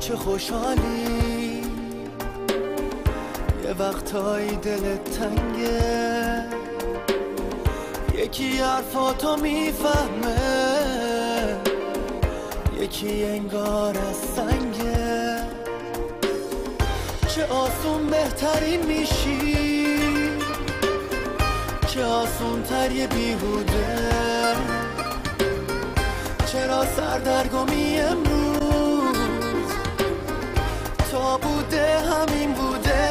چه خوشحالی یه وقتایی دلت تنگه یکی حرفاتو میفهمه یکی انگار از سنگه چه آسون بهترین میشی چه آسون تر یه بیهوده چرا سردرگمی امروز تا بوده همین بوده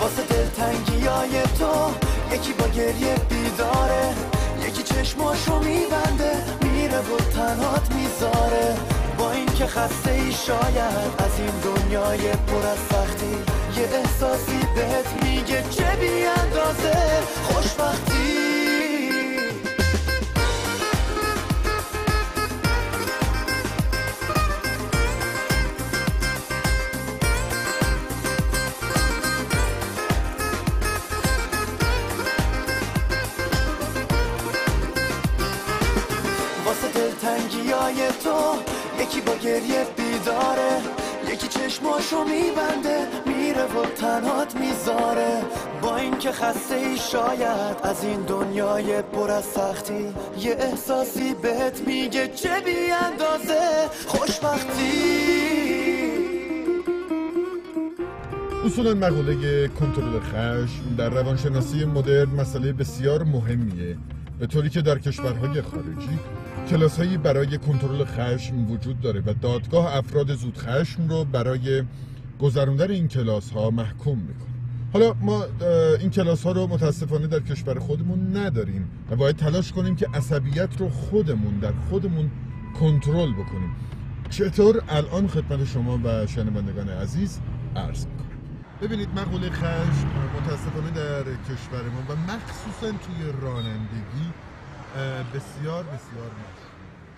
واسه دلتنگی های تو یکی با گریه بیداره یکی چشماشو میبنده میره و تنات میذاره با اینکه خسته ای شاید از این دنیای پر از سختی یه احساسی بهت میگه چه بی اندازه خوشبختی واسه دلتنگی های تو یکی با گریه بیداره یکی چشماشو میبنده میره و تنات میذاره با اینکه خسته ای شاید از این دنیای پر از سختی یه احساسی بهت میگه چه بی اندازه خوشبختی اصولا مقوله کنترل خشم در روانشناسی مدرن مسئله بسیار مهمیه به طوری که در کشورهای خارجی کلاسهایی برای کنترل خشم وجود داره و دادگاه افراد زود خشم رو برای گذراندن این کلاس ها محکوم میکنه حالا ما اه، این کلاس ها رو متاسفانه در کشور خودمون نداریم و باید تلاش کنیم که عصبیت رو خودمون در خودمون کنترل بکنیم چطور الان خدمت شما و شنوندگان عزیز عرض میکنم ببینید مقوله خشم متاسفانه در کشور ما و مخصوصا توی رانندگی اه، بسیار بسیار مشهوره.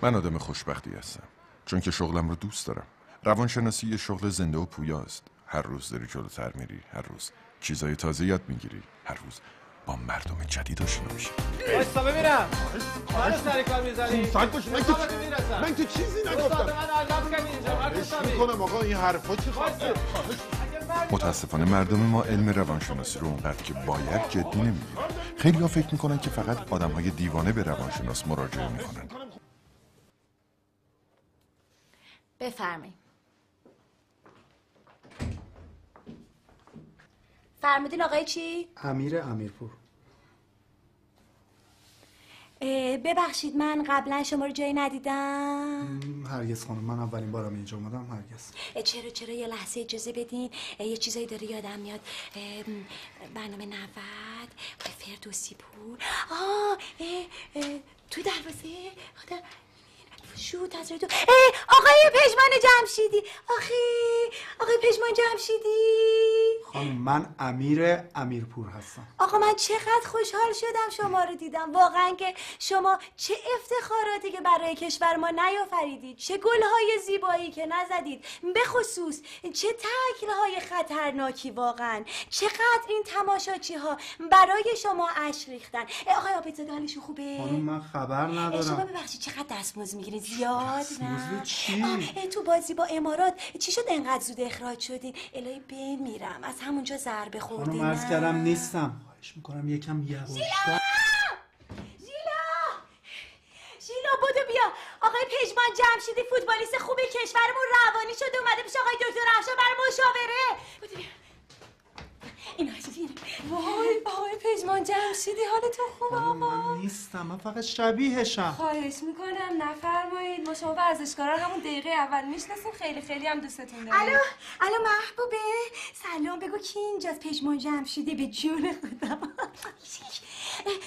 من آدم خوشبختی هستم چون که شغلم رو دوست دارم روانشناسی یه شغل زنده و پویاست هر روز داری جلوتر میری هر روز چیزای تازه یاد میگیری هر روز با مردم جدید آشنا میشی وایسا ببینم منو سر کار میزنی ساعت باش من من که تو میرسم من من که چیزی تو من نگفتم عقب کردی اینجا حرف عشق حسابی. میکنم آقا این حرفا چی وایسا. خواسته اگه من- متاسفانه مردم ما علم روانشناسی رو اونقدر که باید جدی نمیگیرن خیلی ها فکر میکنن که فقط آدم های دیوانه به روانشناس مراجعه میکنن بفرمایید فرمودین آقای چی؟ امیر امیرپور اه، ببخشید من قبلا شما رو جایی ندیدم م، هرگز خانم من اولین بارم اینجا اومدم هرگز اه، چرا چرا یه لحظه اجازه بدین اه، یه چیزایی داره یادم میاد اه، م، برنامه نود آقای فردوسی پور آه اه، اه، تو دروازه خدا شو تزرد آقای پژمان جمشیدی آخی آقای پژمان جمشیدی خانم من امیر امیرپور هستم آقا من چقدر خوشحال شدم شما رو دیدم واقعا که شما چه افتخاراتی که برای کشور ما نیافریدید چه گلهای زیبایی که نزدید به خصوص چه تکلهای خطرناکی واقعا چقدر این تماشاچی ها برای شما اشک ریختن اه، آقای آبیتزاده حالشون خوبه؟ خانم من خبر اه، شما ندارم ببخشید چقدر دستمزد میگیرین زیاد نه دستمزد چی؟ آه، اه، تو بازی با امارات چی شد انقدر زود اخراج شدین الهی بمیرم از همونجا ضربه خوردین خانم عرض نه؟ کردم نیستم خواهش میکنم یکم یواشتر ژیلا ژیلا بودو بیا آقای پژمان جمشیدی فوتبالیست خوب کشورمون روانی شده اومده پیش آقای دکتر افشار برای مشاوره بودو بیا این وای آقای پژمان جمشیدی حالتون خوب خانم من نیستم من فقط شبیهشم خواهش میکنم نفرمایید ما شما ورزشکارا رو همون دقیقه اول میشناسیم خیلی خیلی هم دوستتون داریم الو الو محبوبه سلام بگو کی اینجاست پژمان جمشیدی به جون خودم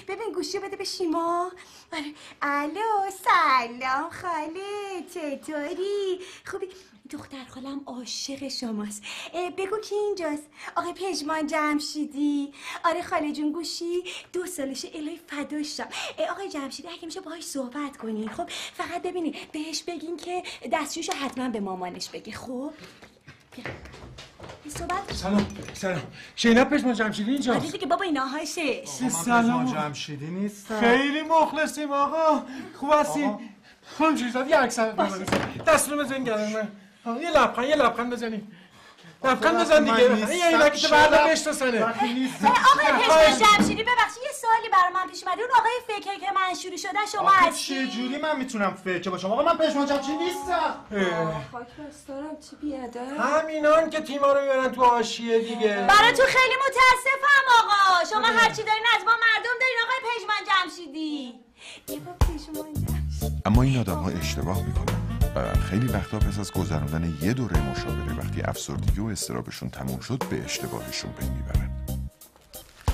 ببین گوشی بده به شیما آره. الو سلام خاله چطوری خوبی دختر خالم عاشق شماست اه، بگو کی اینجاست آقای پژمان جمشیدی آره خاله جون گوشی دو سالشه الهی فداش شم اه، آقای جمشیدی اگه میشه باهاش صحبت کنین خب فقط ببینین بهش بگین که دستشویشو حتما به مامانش بگه خب بیا. بیا صحبت سلام سلام شینا پشمان جمشیدی اینجا آره دیگه بابا اینا هاشش من سلام. پژمان جمشیدی نیستم خیلی مخلصیم آقا خوب هستین خانم شیرزاد یه اکثر دست رو بزن گردن من آه، یه لبخند یه لبخند بزنی لبخند بزن من دیگه نیستم، یه عینکی تو شب. بردار بشناسنه وقتی نیست آقای آقای- پشت جمشیدی ببخشید یه سوالی برای من پیش اومده اون آقای فکر که من شروع شدن شما آخه هستی چه جوری من میتونم فکر باشم آقا من پشمان جمشید نیستم اه، خاک دارم چی بیاده همینان که تیما رو میبرن تو آشیه دیگه برای تو خیلی متاسفم آقا شما هرچی دارین از ما مردم دارین آقای پشمان جمشیدی یه با پشمان جمشیدی اما این آدم ها اشتباه میکنن و خیلی وقتا پس از گذراندن یه دوره مشاوره وقتی افسردگی و استرابشون تموم شد به اشتباهشون پی میبرن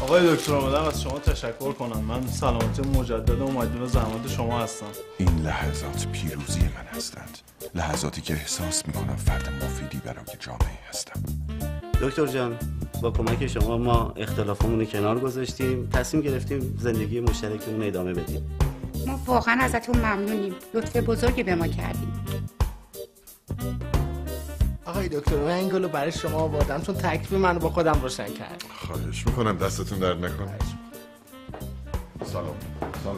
آقای دکتر آمدم از شما تشکر کنم من سلامتی مجدد و مدیون زحمت شما هستم این لحظات پیروزی من هستند لحظاتی که احساس میکنم فرد مفیدی برای جامعه هستم دکتر جان با کمک شما ما اختلافمون رو کنار گذاشتیم تصمیم گرفتیم زندگی مشترکمون رو ادامه بدیم ما واقعا ازتون ممنونیم لطف بزرگی به ما کردیم آقای دکتر من این گلو برای شما آوردم چون تکلیف منو با خودم روشن کرد خواهش میکنم دستتون درد نکنه سلام سلام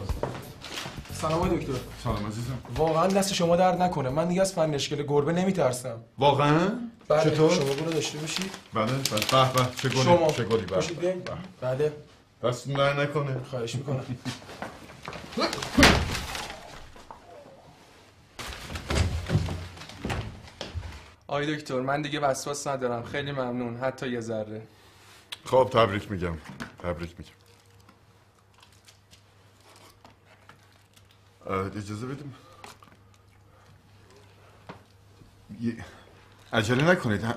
سلام دکتر سلام عزیزم واقعا دست شما درد نکنه من دیگه از فندشکل گربه نمیترسم واقعا بله چطور شما برو داشته باشید بله بله به به چه گلی شما چه گلی به باشید به بیاین. به. بله دستتون درد نکنه خواهش میکنم آی دکتر من دیگه وسواس ندارم خیلی ممنون حتی یه ذره خب تبریک میگم تبریک میگم اه، اجازه بدیم یه- عجله نکنید ه-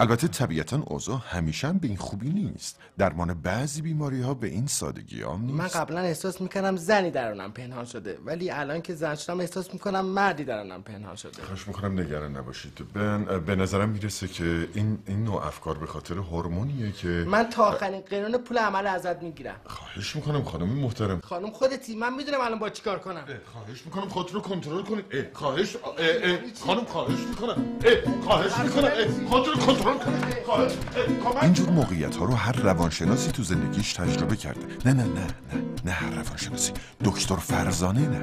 البته طبیعتا اوضاع همیشه هم به این خوبی نیست درمان بعضی بیماری ها به این سادگی هم نیست من قبلا احساس میکنم زنی درونم پنهان شده ولی الان که زن شدم احساس میکنم مردی درونم پنهان شده خواهش میکنم نگران نباشید به, به نظرم میرسه که این, این نوع افکار به خاطر هورمونیه که من تا آخرین قرون پول عمل ازت میگیرم خواهش میکنم خانم محترم خانم خودتی من میدونم الان با چیکار کنم اه، خواهش میکنم خود رو کنترل کنید اه، خواهش اه، اه، خانم خواهش میکنم اه، خواهش میکنم اه، خود رو کنترل کنید خواهش اه، کمک اینجور موقعیت ها رو هر روانشناسی تو زندگیش تجربه کرده نه نه نه نه نه هر روانشناسی دکتر فرزانه نه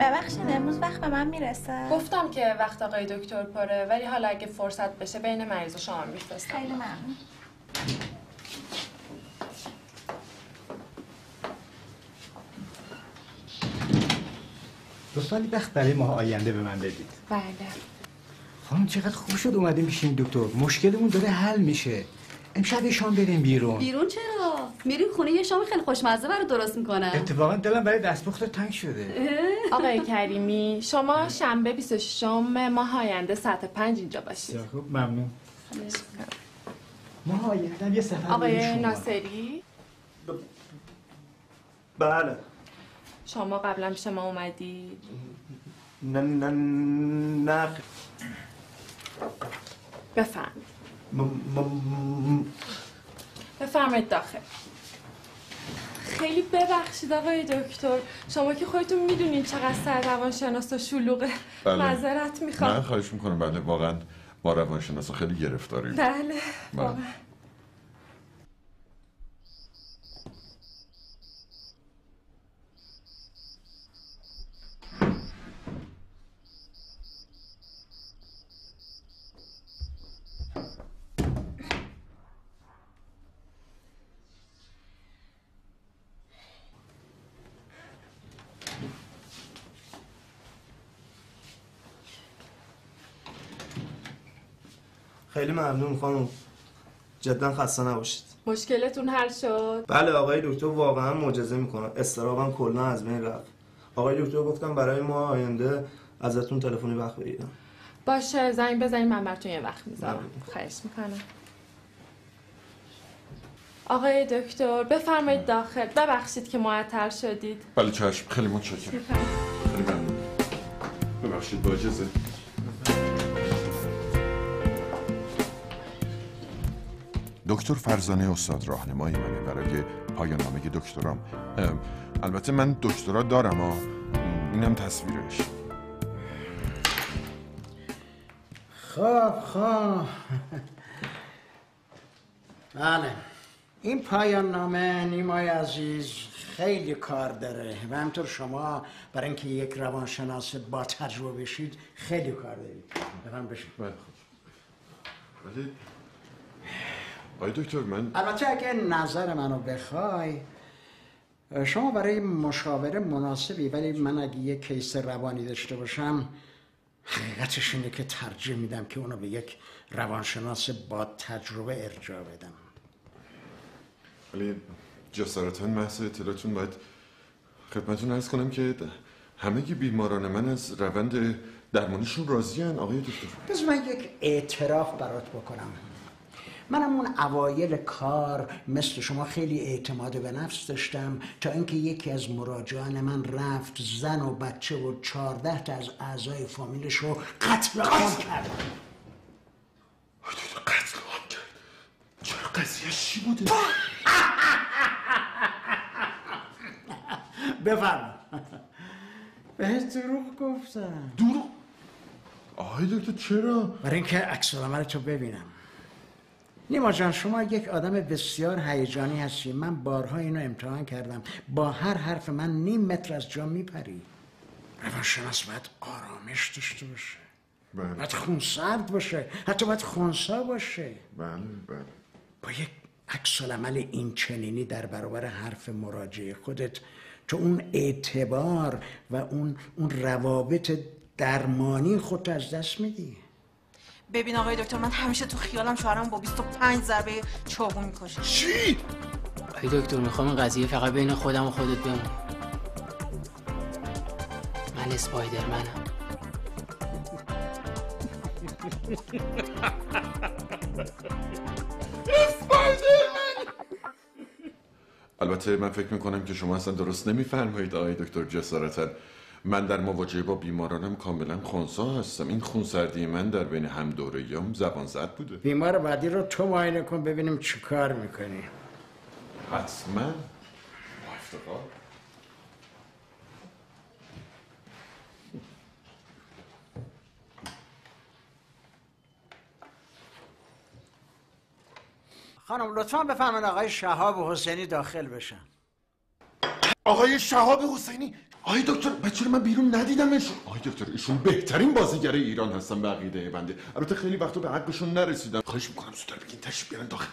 ببخشید امروز وقت به من میرسه گفتم که وقت آقای دکتر پره ولی حالا اگه فرصت بشه بین مریض و شما میفرستم خیلی ممنون دو سالی وقت برای ماه آینده به من بدید بله خانم چقدر خوب شد اومدیم پیش این دکتر مشکلمون داره حل میشه امشب یه شام بریم بیرون بیرون چرا میریم خونه یه شام خیلی خوشمزه برای درست میکنم اتفاقا دلم برای دستپخت تنگ شده آقای کریمی شما شنبه 26 ماه آینده ساعت 5 اینجا باشید خوب ممنون ماه آینده یه سفر آقای ناصری بله شما قبلا پیش ما اومدی نه نه نه بفرم م- م- م- بفرمایید داخل خیلی ببخشید آقای دکتر شما که خودتون میدونید چقدر سر روانشناسا شلوغه بله. معذرت نه میخوام خواهش میکنم بله واقعا ما روانشناسا خیلی گرفتاریم بله بله. خیلی ممنون خانم جدا خسته نباشید مشکلتون حل شد بله آقای دکتر واقعا معجزه میکنه استرابم کلا از بین رفت آقای دکتر گفتم برای ما آینده ازتون تلفنی وقت بگیرم باشه زنگ بزنید من براتون یه وقت میذارم بله. ممنون. خواهش میکنم آقای دکتر بفرمایید داخل ببخشید که معطل شدید بله چشم خیلی متشکرم خیلی ممنون. ببخشید با اجازه دکتر فرزانه استاد راهنمای منه برای پایان نامه دکترام اه، البته من دکترا دارم ها اینم تصویرش خب خب بله این پایان نامه نیمای عزیز خیلی کار داره و همطور شما برای اینکه یک روانشناس با تجربه بشید خیلی کار دارید بفهم بشید ولی آی دکتر من البته اگه نظر منو بخوای شما برای مشاوره مناسبی ولی من اگه یک کیس روانی داشته باشم حقیقتش اینه که ترجیح میدم که اونو به یک روانشناس با تجربه ارجاع بدم ولی جسارتا محض اطلاعتون باید خدمتون ارز کنم که همه بیماران من از روند درمانیشون راضیان آقای دکتر بذار من یک اعتراف برات بکنم منم اون اوایل کار مثل شما خیلی اعتماد به نفس داشتم تا اینکه یکی از مراجعان من رفت زن و بچه و چهارده تا از اعضای فامیلش رو قتل عام کرد قتل عام کرد چرا قضیه چی بوده بفرما بهت دروغ گفتم دروغ آقای دکتر چرا برای اینکه عکس رو ببینم نیما جان شما یک آدم بسیار هیجانی هستی من بارها اینو امتحان کردم با هر حرف من نیم متر از جا میپری روانشناس باید آرامش داشته باشه بله. باید خونسرد باشه حتی باید خونسا باشه بله بله با یک عکس العمل این چنینی در برابر حرف مراجع خودت تو اون اعتبار و اون, اون روابط درمانی خودت از دست میدی ببین آقای دکتر من همیشه تو خیالم شوهرم با 25 ضربه چاقو میکشه چی؟ ای دکتر میخوام این قضیه فقط بین خودم و خودت بمون من اسپایدرمنم البته من فکر میکنم که شما اصلا درست نمیفرمایید آقای دکتر جسارتا من در مواجهه با بیمارانم کاملا خونسا هستم این خونسردی من در بین هم دوره زبان زد بوده بیمار بعدی رو تو معاینه کن ببینیم چی کار میکنی حتما با افتخار خانم لطفا بفرمایید آقای شهاب حسینی داخل بشن آقای شهاب حسینی آقای دکتر بچه رو من بیرون ندیدمش آقای دکتر ایشون بهترین بازیگر ایران هستن به عقیده بنده البته خیلی وقتا به حقشون نرسیدم خواهش میکنم زودتر بگین تشریف بیارن داخل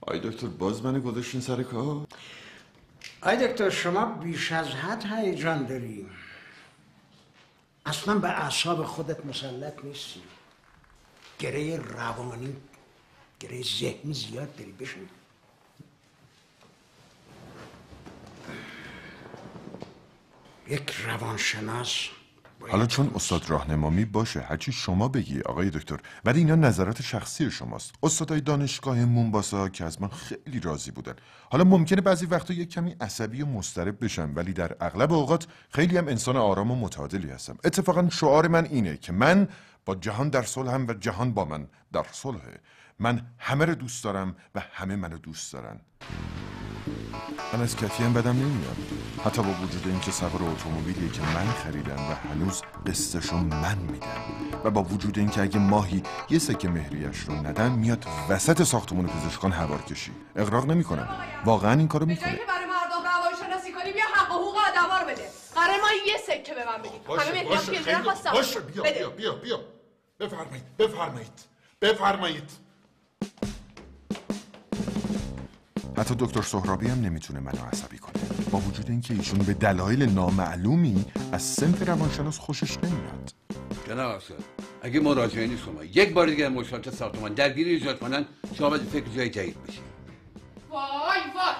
آقای دکتر باز من گذاشتین سر کار آی دکتر شما بیش از حد هیجان داری اصلا به اعصاب خودت مسلط نیستی گره روانی گره ذهنی زیاد داری بشین یک روانشناس حالا چون استاد راهنمایی باشه هرچی شما بگی آقای دکتر ولی اینا نظرات شخصی شماست استادای دانشگاه مونباسا که از من خیلی راضی بودن حالا ممکنه بعضی وقتا یک کمی عصبی و مضطرب بشم ولی در اغلب اوقات خیلی هم انسان آرام و متعادلی هستم اتفاقا شعار من اینه که من با جهان در صلحم و جهان با من در صلحه من همه رو دوست دارم و همه منو دوست دارن من از کتی هم بدم نمیاد حتی با وجود اینکه سوار اتومبیلی که من خریدم و هنوز قسطشو من میدم و با وجود اینکه اگه ماهی یه سکه مهریش رو ندن میاد وسط ساختمون پزشکان هوار کشی اقراق نمیکنم واقعا این کارو به جایی میکنه که برای مردم روان شناسی کنی بیا حق و حقوق آدم رو بده قرار ما یه سکه به من بدی باشه، همه باشه، مهدی هم خیلی پیرزن خوب. خواستم باشه، بیا بده. بیا بیا بیا بفرمایید بفرمایید بفرمایید حتی دکتر سهرابی هم نمیتونه منو عصبی کنه با وجود اینکه ایشون به دلایل نامعلومی از سنف روانشناس خوشش نمیاد جناب افسر اگه مراجعینی شما یک بار دیگه مشکلات ساختمان درگیری ایجاد کنن شما باید فکر جای جدید بشید وای وای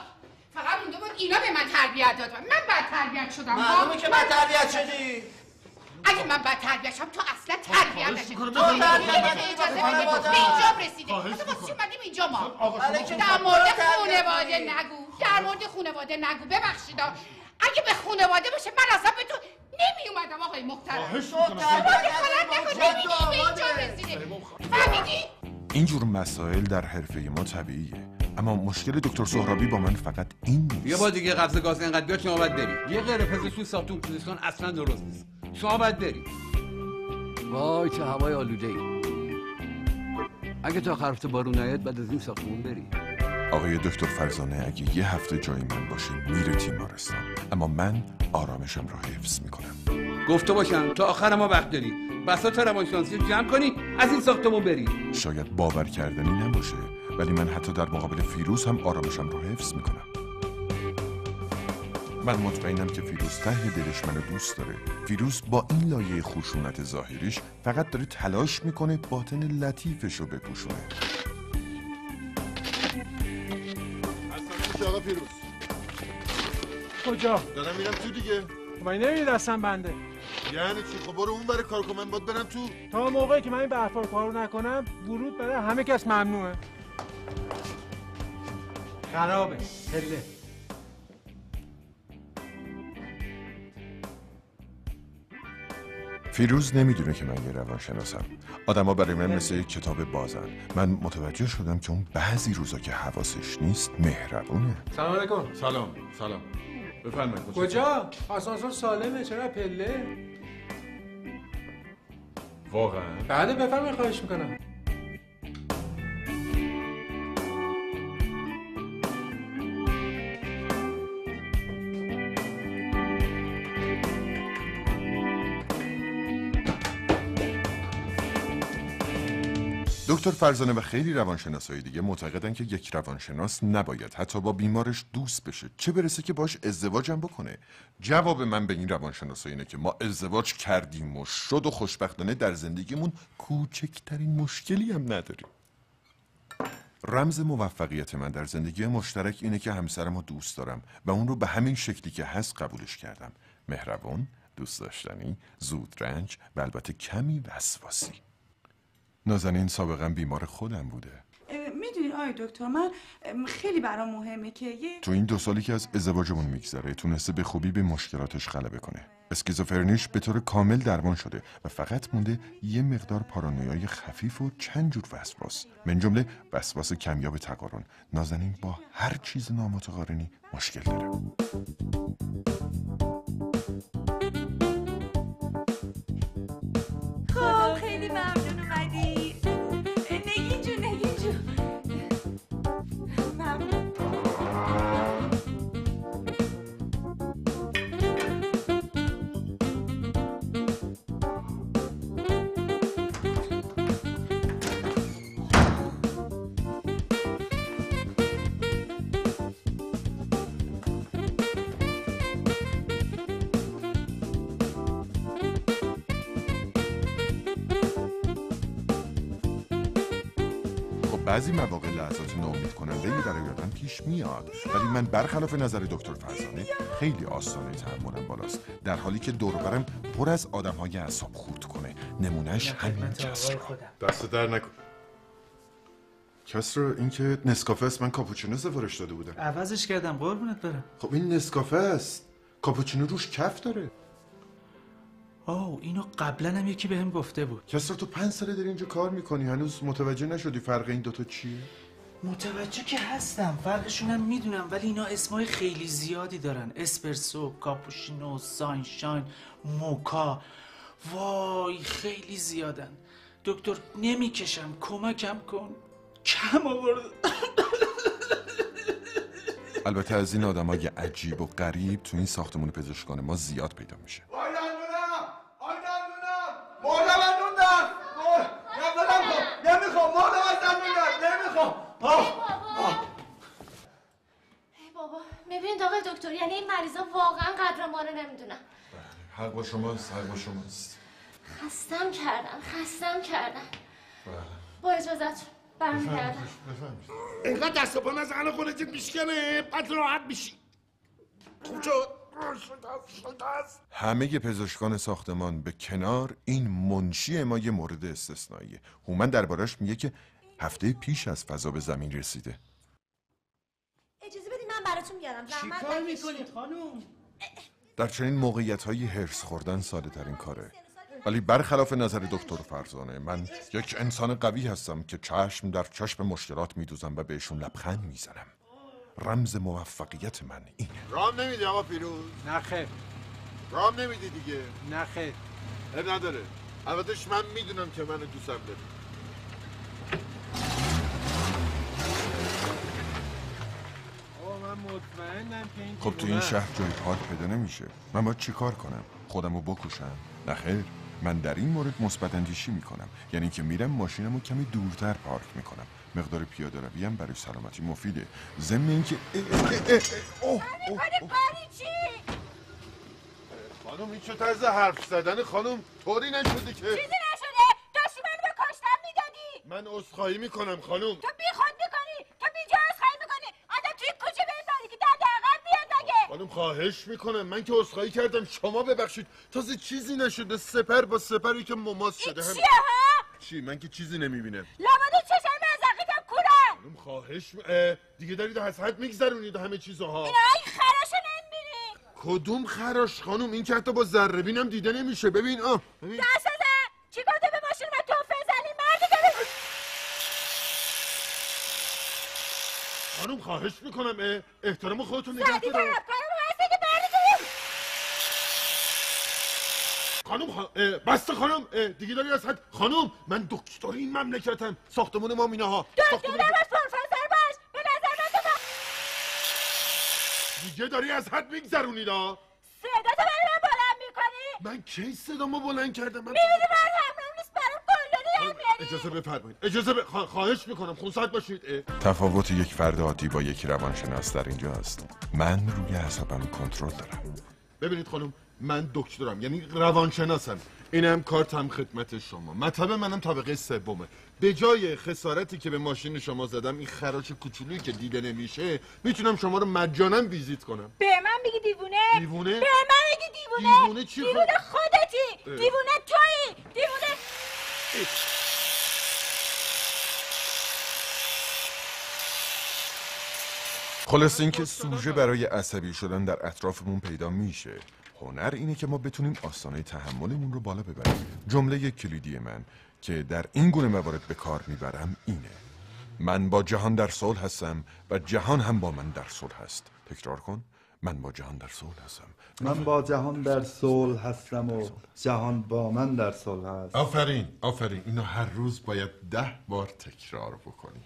فقط مونده بود اینا به من تربیت داد من بد تربیت شدم معلومه ها؟ که من- بد تربیت شدی. اگه من بد تربیت شم تو اصلا تربیت نشدی تو می‌کنم. تربیت خواهش نشدی. اجازه می‌کنم. خواهش بده به اینجام می‌کنم. رسیده خواهش حالا واسه چی اومدیم اینجا ما آقا، شما خب خودتون در مورد تربیت خانواده کنید. نگو در مورد خانواده نگو ببخشید آ. اگه به خانواده باشه من اصلا به تو نمی اومدم آقای محترم خواهش تو می‌کنم. تربیت غلط نکن خواهش ببینی به اینجا می‌کنم. رسیده فهمیدی اینجور مسائل در حرفه ما طبیعیه اما مشکل دکتر سهرابی با من فقط این یه بار دیگه قبض گاز اینقدر بیاد شما باید برید یه غیر پزشکی ساختمون پزشکان اصلا درست نیست شما باید برید وای چه هوای آلوده ای اگه تا آخر هفته بارون نیاد بعد از این ساختمون بری آقای دکتر فرزانه اگه یه هفته جای من باشه میره تیمارستان اما من آرامشم را حفظ میکنم گفته باشم تا آخر ما وقت داری بساط روانشناسی رو جمع کنی از این ساختمون بری شاید باور کردنی نباشه ولی من حتی در مقابل فیروز هم آرامشم رو حفظ میکنم من مطمئنم که فیروز ته دلش منو دوست داره فیروز با این لایه خشونت ظاهریش فقط داره تلاش میکنه باطن لطیفش رو بپوشونه آقا فیروز کجا خب، دارم میرم تو دیگه من نمیدی دستم بنده یعنی چی خب برو اون برای کار کن من باید برم تو تا موقعی که من این برفا رو کارو نکنم ورود برای همه کس ممنوعه خرابه هله فیروز نمیدونه که من یه روانشناسم آدما برای من مثل یک کتاب بازن من متوجه شدم که اون بعضی روزا که حواسش نیست مهربونه سلام علیکم سلام سلام بفرمایید کجا آسانسور سالمه چرا پله واقعا بعد بله، بفرمایید خواهش میکنم دکتر فرزانه و خیلی روانشناسای دیگه معتقدن که یک روانشناس نباید حتی با بیمارش دوست بشه چه برسه که باش ازدواجم بکنه جواب من به این روانشناسا اینه که ما ازدواج کردیم و شد و خوشبختانه در زندگیمون کوچکترین مشکلی هم نداریم رمز موفقیت من در زندگی مشترک اینه که همسرم رو دوست دارم و اون رو به همین شکلی که هست قبولش کردم مهربان دوست داشتنی زودرنج و البته کمی وسواسی نازنین سابقا بیمار خودم بوده میدونین آی دکتر من ام، خیلی برام مهمه که یه تو این دو سالی که از ازدواجمون میگذره تونسته به خوبی به مشکلاتش غلبه کنه اسکیزوفرنیش به طور کامل درمان شده و فقط مونده یه مقدار پارانویای خفیف و چند جور وسواس من جمله وسواس کمیاب تقارن نازنین با هر چیز نامتقارنی مشکل داره خب خیلی ممنون اومدی نگین جون نگین جون ممنون خب بعضی مواقع لحظات ناامید کننده برای آدم پیش میاد ولی من برخلاف نظر دکتر فرزانه خیلی آستانه تحملم بالاست در حالی که دور و برم پر از آدمهای اعصاب خورد کنه نمونهش همین کس دست در نکن کس رو اینکه نسکافه است من کاپوچینو سفارش داده بودم عوضش کردم قربونت برم خب این نسکافه است کاپوچینو روش کف داره آو اینو قبلا هم یکی بهم گفته بود کس رو تو پنج ساله داری اینجا کار میکنی هنوز متوجه نشدی فرق این دوتا چیه متوجه که هستم فرقشونم میدونم ولی اینا اسمای خیلی زیادی دارن اسپرسو کاپوشینو ساینشاین موکا وای خیلی زیادن دکتر نمیکشم کمکم کن کم آورد البته از این آدمای عجیب و غریب تو این ساختمون پزشکان ما زیاد پیدا میشه مهره من نون دست نمیخوام مهره من دست نمیخوام آه ای بابا میبینید آقای دکتر یعنی این مریضا واقعا قدر ما رو نمیدونن حق با شماست حق با شماست خستم کردن خستم کردن بله. با اجازتون برمیگردم اینقدر دست و پا نزنه خودت میشکنه بعد راحت میشی خوب شد است همه ی پزشکان ساختمان به کنار این منشی ما یه مورد استثنائیه هومن دربارش میگه که هفته پیش از فضا به زمین رسیده اجازه بدید من براتون میارم زحمت چیکار میکنی خانم در چنین موقعیت هایی هرس خوردن ساده ترین کاره ولی برخلاف نظر دکتر فرزانه من یک انسان قوی هستم که چشم در چشم مشکلات میدوزم و بهشون لبخند میزنم رمز موفقیت من این رام نمیدی آقا فیروز نه خیر رام نمیدی دیگه نه خیر اب نداره البته من میدونم که منو دوستم داری مطمئنم که این خب تو این دیوونه شهر جای پارک پیدا نمیشه من باید چیکار کنم خودم رو بکشم نخیر من در این مورد مثبت اندیشی میکنم یعنی که میرم ماشینم رو کمی دورتر پارک میکنم مقدار پیاده روی هم برای سلامتی مفیده ضمن اینکه اه، اه، اه، اه، اوه، اوه، اوه. چی؟ خانم این چه طرز حرف زدن خانم طوری نشده که چیزی نشده داشتی منو به کشتن میدادی من عذرخواهی میکنم خانم تو بیخود میکنی تو بیجا خواهی میکنی آدم توی کوچه به این که در دقیقا بیاد مگه خانم خواهش میکنم من که عذرخواهی کردم شما ببخشید تازه چیزی نشده سپر با سپری که مماس شده همین. چیه ها چی من که چیزی نمیبینم لابدو چشم مزقیتم کورم خانم خواهش م... اه، دیگه دارید از حد میگذرونید همه چیزها اینا این خراشو نمیبینی کدوم خراش خانم این که حتی با ذره بینم دیده نمیشه ببین آه ببین دست بزن چی گفته به ماشین من توفه زنی مردی که به- خانم خواهش میکنم اه، احترام خودتون نگه زدی دارم طرفکارم هستی که مردی که به- خانم خا... اه، بسته خانم اه، دیگه داری از حد خانم من دکتر این مملکتم ساختمون ما میناها دکتر نباش پروفسر باش به نظر من تو با- دیگه داری از حد میگذرونید ها صداتو برای من بلند میکنی من کی صدامو بلند کردم من میبینی من همراه نیست برام گلدانی هم میاری اجازه بفرمایید اجازه ب... خوا- خواهش میکنم خونسرد باشید اه. تفاوت یک فرد عادی با یک روانشناس در اینجاست من روی عصبم کنترل دارم ببینید خانم من دکترم یعنی روانشناسم اینم کارتم خدمت شما مطب منم طبقه سومه به جای خسارتی که به ماشین شما زدم این خراش کوچولویی که دیده نمیشه میتونم شما رو مجانا ویزیت کنم به من میگی دیوونه دیوونه؟ به من میگی دیوونه دیوونه چی خب؟ دیوونه خودتی اه. دیوونه تویی دیوونه خلاص اینکه سوژه برای عصبی شدن در اطرافمون پیدا میشه هنر اینه که ما بتونیم آستانه تحملمون رو بالا ببریم جمله کلیدی من که در این گونه موارد به کار میبرم اینه من با جهان در صلح هستم و جهان هم با من در صلح است تکرار کن من با جهان در صلح هستم من با جهان در صلح هستم و جهان با من در صلح است آفرین آفرین اینو هر روز باید ده بار تکرار بکنی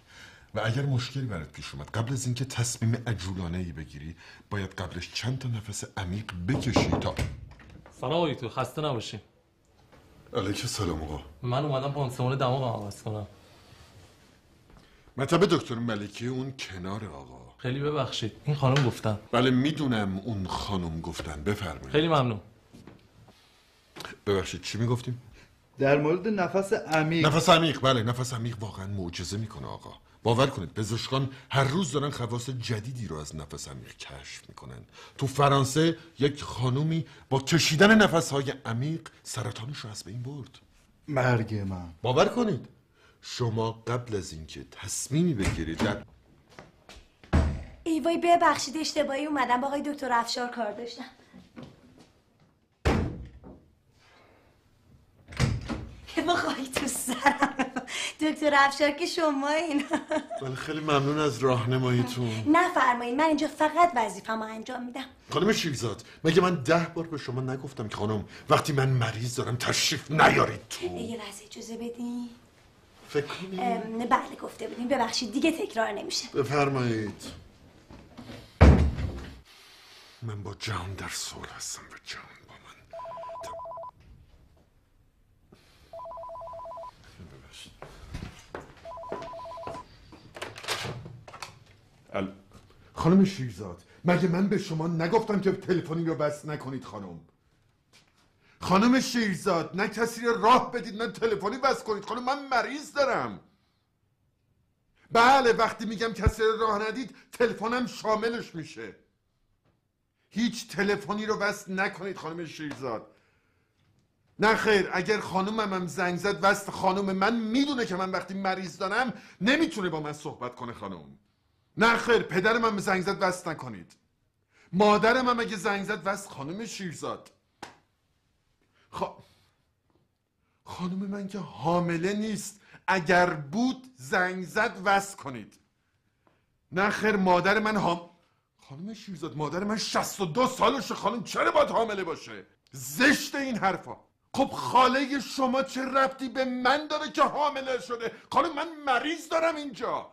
و اگر مشکلی برات پیش اومد قبل از اینکه تصمیم عجولانه ای بگیری باید قبلش چند تا نفس عمیق بکشی تا سلام آقای دکتر خسته نباشین علیک سلام آقا من اومدم پانسمان دماغم عوض کنم مطب دکتر ملکی اون کنار آقا خیلی ببخشید این خانم گفتن بله میدونم اون خانم گفتن بفرمایید خیلی ممنون ببخشید چی میگفتیم در مورد نفس عمیق نفس عمیق بله نفس عمیق واقعا معجزه میکنه آقا باور کنید پزشکان هر روز دارن خواص جدیدی رو از نفس عمیق کشف میکنن تو فرانسه یک خانومی با کشیدن نفسهای عمیق سرطانش رو از بین برد مرگ من باور کنید شما قبل از اینکه تصمیمی بگیرید در ای وای ببخشید اشتباهی اومدم با آقای دکتر افشار کار داشتم بخوای تو سرم دکتر افشار که شما این بله خیلی ممنون از راهنماییتون نفرمایید من اینجا فقط وظیفه‌مو انجام میدم خانم شیرزاد مگه من ده بار به شما نگفتم که خانم وقتی من مریض دارم تشریف نیارید تو یه لحظه اجازه بدین فکر کنید ام، بله گفته بودیم ببخشید دیگه تکرار نمیشه بفرمایید من با جهان در صلح هستم و جهان با من ببخشید. ال- خانم شیرزاد مگه من به شما نگفتم که تلفنی رو بس نکنید خانم خانم شیرزاد نه کسی رو راه بدید نه تلفنی بس کنید خانم من مریض دارم بله وقتی میگم کسی رو راه ندید تلفنم شاملش میشه هیچ تلفنی رو بس نکنید خانم شیرزاد نه خیر اگر خانومم هم زنگ زد وست خانوم من میدونه که من وقتی مریض دارم نمیتونه با من صحبت کنه خانم نه خیر پدرم هم زنگ زد وست نکنید مادرم هم اگه زنگ زد وست خانم شیرزاد خا... خانم من که حامله نیست اگر بود زنگ زد وست کنید نه خیر مادر من هام خانم شیرزاد مادر من 62 سالشه خانم چرا باید حامله باشه زشت این حرفا خب خاله شما چه ربطی به من داره که حامله شده خانم من مریض دارم اینجا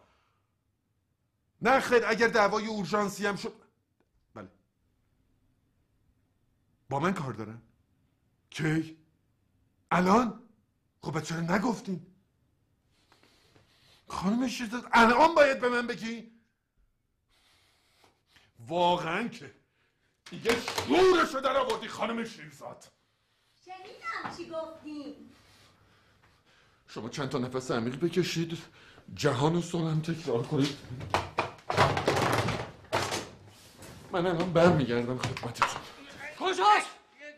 نه خیر اگر دعوای اورژانسی هم شد با من کار دارن کی الان خب پس چرا نگفتین خانم شیرزاد الان باید به من بگی واقعا که دیگه شورشو در آوردی خانم شیرزاد شنیدم چی گفتی شما چند تا نفس عمیق بکشید جهان و سلم تکرار کنید من الان برمیگردم خدمتتون کجاست؟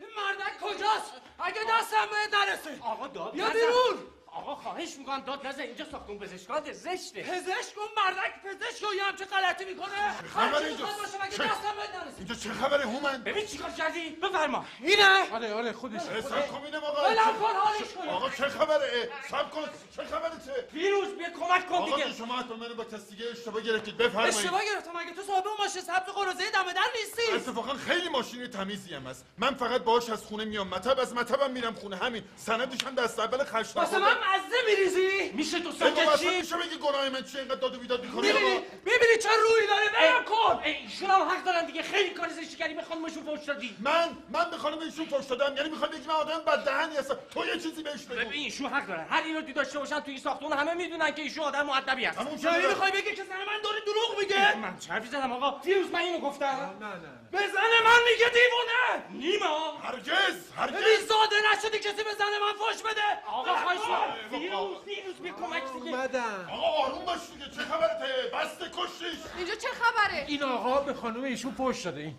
این مردک کجاست؟ اگه دستم بهت نرسه آقا داد بیا نزن. بیرون آقا خواهش میکنم داد نزن اینجا ساختون پزشکات زشته پزشک و مردک پزشک و یه همچه غلطی میکنه خبر هرچی اینجا؟ میخواد باشه مگه چه؟ دستم بهت نرسه اینجا چه خبره هومن ببین چیکار کردی بفرما اینه آره آره خودش خودشه. حساب کن اینم آقا ولم بله، کن، حالش کن. آقا چه خبره اه، سب کن چه خبره چه پیروز بیا کمک کن آقا دیگه. جون، شما حتما منو با کسی دیگه اشتباه گرفتید بفرمایید اشتباه گرفتم مگه تو صاحب اون ماشین سبز و قرازه دم به در نیستی اتفاقا خیلی ماشین تمیزی هم هست من فقط باهاش از خونه میام مطب از مطبم میرم خونه همین سندش هم دست اول خشم واسه من مزه میریزی میشه تو ساکت چی چی میشه بگی گناه من چیه اینقدر داد و بیداد میکنی میبینی آقا میبینی چه روی داره ای- برم کن ای، ایشون هم حق دارن دیگه خیلی کار زشتگری به خانمشون فوش دادی من من به خانم ایشون فوش دادم یعنی میخوای بگی من آدم بد دهنی هستم تو یه چیزی بهش بگو ببین ایشون حق دارن هر اینو دی داشته باشن تو این ساختمون همه میدونن که ایشون آدم مؤدبی هست تموم شد. یعنی میخوای بگی که زن من داره دروغ میگه من چه حرفی زدم آقا فیروز من اینو گفتم نه نه به زن من میگه دیوونه نیما هرگز هرگز ببین زاده نشدی کسی به زن من فوش بده آقا خواهش آقا. فیروز فیروز بیا کمک دیگه آقا آروم باش دیگه چه خبرته بسته کشتیش اینجا چه خبره؟ این آقا به خانم ایشون فوش داده این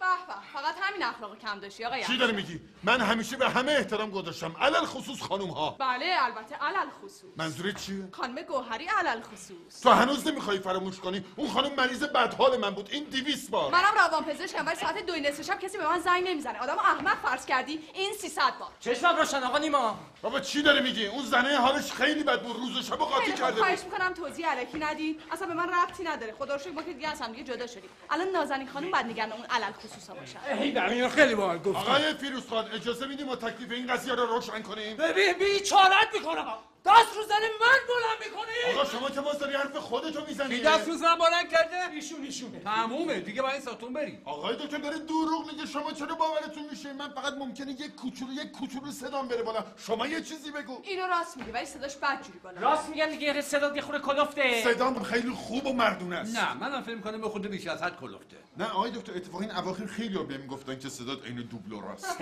به به فقط همین اخلاق کم داشتی آقای چی داری میگی من همیشه به همه احترام گذاشتم علل خصوص خانم ها بله البته علل خصوص منظورت چیه خانم گوهری علل خصوص تو هنوز نمیخوای فراموش کنی اون خانم مریض بدحال من بود این دیویس بار منم روانپزشکم ولی ساعت دوی نصف شب کسی به من زنگ نمیزنه آدم احمق فرض کردی این 300 بار چشمم روشن آقا نیما بابا چی داری میگی اون زنه حالش خیلی بد بود روز و شب رو قاطی خیلی خوب، کرده خواهش بود میکنم توضیح علکی ندین اصلا به من ربطی نداره خدا رو شکر ما که دیگه از هم دیگه جدا شدیم الان نازنین خانم بعد نگران اون علل خصوصا باشن اینو خیلی باحال گفت آقای فیروز خان اجازه میدی ما تکلیف این قضیه رو روشن کنیم ببین بیچارت میکنه آقا دست رو زن من بلند میکنی آقا شما که باز داری حرف خودتو میزنی بی دست رو زن بلند کرده ایشون ایشون تمومه دیگه باید ساتون بری آقای دکتر داره دروغ میگه شما چرا باورتون میشه من فقط ممکنه یک کوچولو یک کوچولو صدام بره بالا شما یه چیزی بگو اینو راست میگه ولی صداش بدجوری بالا راست میگن دیگه صدا یه خوره کلفته صدام خیلی خوب و مردونه است نه منم فکر کنم به خود بیش از حد کلفته نه آقای دکتر اتفاقا این اواخر خیلی ها بهم گفتن که صدات عین دوبلور است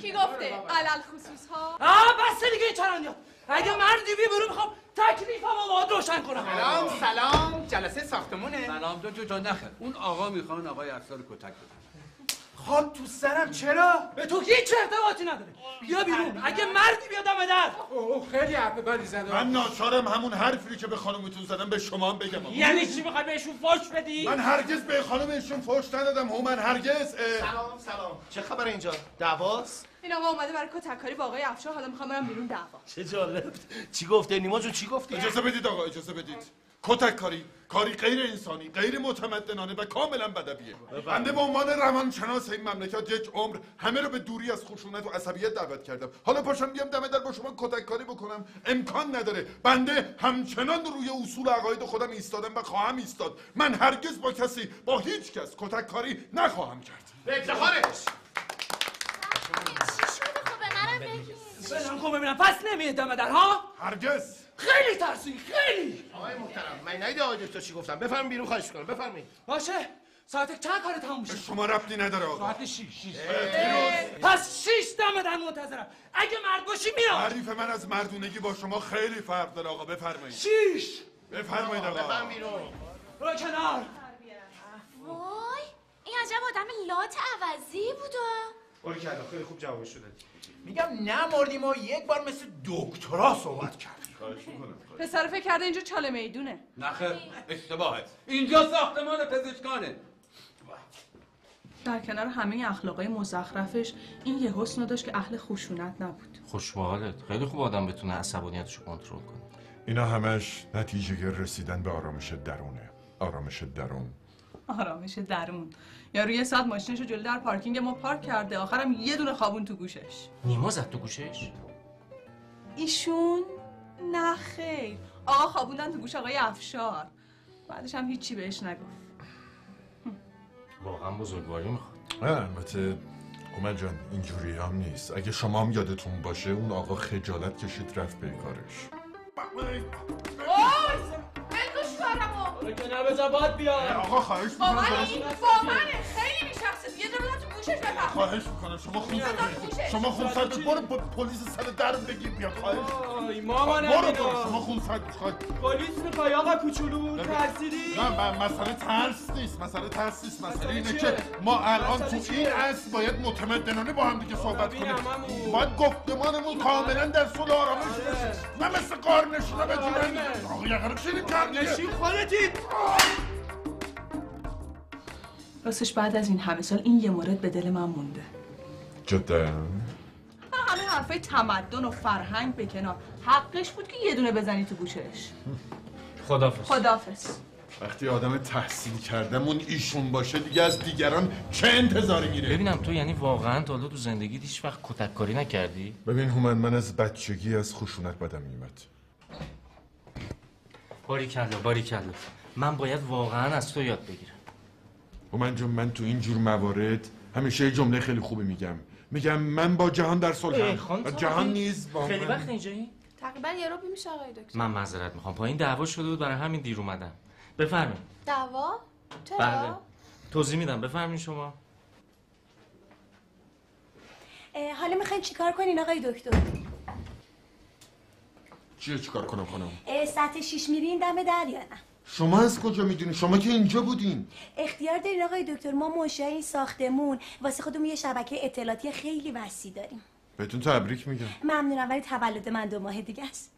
کی گفته علل خصوص ها آه بسته دیگه این چرندیا اگه مردی بی برو میخوام تکلیفم رو باید روشن کنم سلام، سلام جلسه ساختمونه سلام دو جو تا نخیر اون آقا میخوان آقای افسر رو کتک بدن خب تو سرم چرا؟ به تو که هیچ ارتباطی نداره بیا بیرون اگه مردی بیا دم در اوه خیلی حرف بدی زدم من ناچارم همون حرفی که به خانومتون زدم به شما هم بگم آقا. یعنی چی میخوای بهشون فاش بدی؟ من هرگز به خانم ایشون فوش ندادم هومن هرگز سلام سلام چه خبر اینجا دعواست این آقا اومده برای کتککاری با آقای افشار حالا میخوام برم بیرون دعوا چه جالب چی گفته نیما جون چی گفتی اجازه بدید آقا اجازه بدید کتک کاری کاری غیر انسانی غیر متمدنانه و کاملا بدبیه بنده به عنوان روانشناس این مملکت یک عمر همه رو به دوری از خشونت و عصبیت دعوت کردم حالا پاشم بیام دم در با شما کتک کاری بکنم امکان نداره بنده همچنان روی اصول و عقاید خودم ایستادم و خواهم ایستاد من هرگز با کسی با هیچ کس کتک کاری نخواهم کرد بله، چی شده خب به منم بگی بلم کن خب ببینم پس نمیه دم در ها؟ هرگز خیلی ترسی خیلی آقای محترم من نیده آقای دکتر چی گفتم بفرمایید بیرون خواهش کنم بفرمایید باشه ساعت چند کار تموم شد؟ شما ربطی نداره آقا ساعت شیش شیش پس شیش دم در منتظرم اگه مرد باشی میام تعریف من از مردونگی با شما خیلی فرق داره آقا بفرمایید شیش بفرمایید آقا بفرم بیرون برو کنار وای این عجب آدم لات عوضی بودا اولی کلا خیلی خوب جوابش شده میگم نمردیم و یک بار مثل دکترا صحبت کرد پسر فکر کرده اینجا چاله میدونه نخیر اشتباهه اینجا ساختمان پزشکانه در کنار همه اخلاقای مزخرفش این یه حسن رو داشت که اهل خشونت نبود خوشبالت خیلی خوب آدم بتونه عصبانیتشو کنترل کنه اینا همش نتیجه رسیدن به آرامش درونه آرامش درون آرامش درون یا روی ساعت ماشینش رو جلو در پارکینگ ما پارک کرده آخرم یه دونه خوابون تو گوشش نیما زد تو گوشش ایشون نه خیر آقا خوابوندن تو گوش آقای افشار بعدش هم هیچی بهش نگفت واقعا بزرگواری میخواد نه، البته هومن جان اینجوری هم نیست اگه شما هم یادتون باشه اون آقا خجالت کشید رفت به کارش اوه بلگوش کارمو که نبزا باد بیار آقا خواهش با منه این با منه خیلی میشخصه یه دور تو گوشش بپخ خواهش میکنم شما خون بزن شما خون گوشش. سرد برو با پلیس سر در بگیر بیا خواهش آی، مامانم برو اینا. برو شما خون سرد خواهش پلیس میخوای آقا کوچولو ترسیدی نه من مسئله ترس نیست مسئله ترس نیست مسئله مسئله اینه چیه؟ که ما الان مسئله تو چیه؟ این اصل باید متمدنانه با هم دیگه صحبت ببینم، کنیم عمو. باید گفتمانمون کاملا در صلح و آرامش باشه نه مثل کار نشونه به جیرن آقا یقرب شیرین کرد نشین خودتی راستش بعد از این همه سال این یه مورد به دل من مونده جدا من همه حرفای تمدن و فرهنگ به کنار حقش بود که یه دونه بزنی تو گوشش خدافظ خدافظ وقتی آدم تحصیل کردمون ایشون باشه دیگه از دیگران چه انتظاری میره ببینم تو یعنی واقعا تا حالا تو زندگیت هیچ وقت کتک کاری نکردی ببین هومن من از بچگی از خشونت بدم میومد باریکلا باریکلا من باید واقعا از تو یاد بگیرم هومن جون من تو این جور موارد همیشه یه جمله خیلی خوبی میگم میگم من با جهان در ای، صلحم خانم و صاحبی، جهان نیز با خیلی من. وقت اینجایی تقریبا یه رو میشه آقای دکتر من معذرت میخوام پایین دعوا شده بود برای همین دیر اومدم بفرمایید دعوا بله چرا توضیح میدم بفرمایید شما اه، حالا میخواین چیکار کنین آقای دکتر چیه چیکار کنم خانم اه، ساعت شیش میرین دم در یا نه شما از کجا میدونین شما که اینجا بودین اختیار دارین آقای دکتر ما منشی این ساختمون واسه خودمون یه شبکه اطلاعاتی خیلی وسیع داریم بهتون تبریک میگم ممنونم ولی تولد من دو ماه دیگه است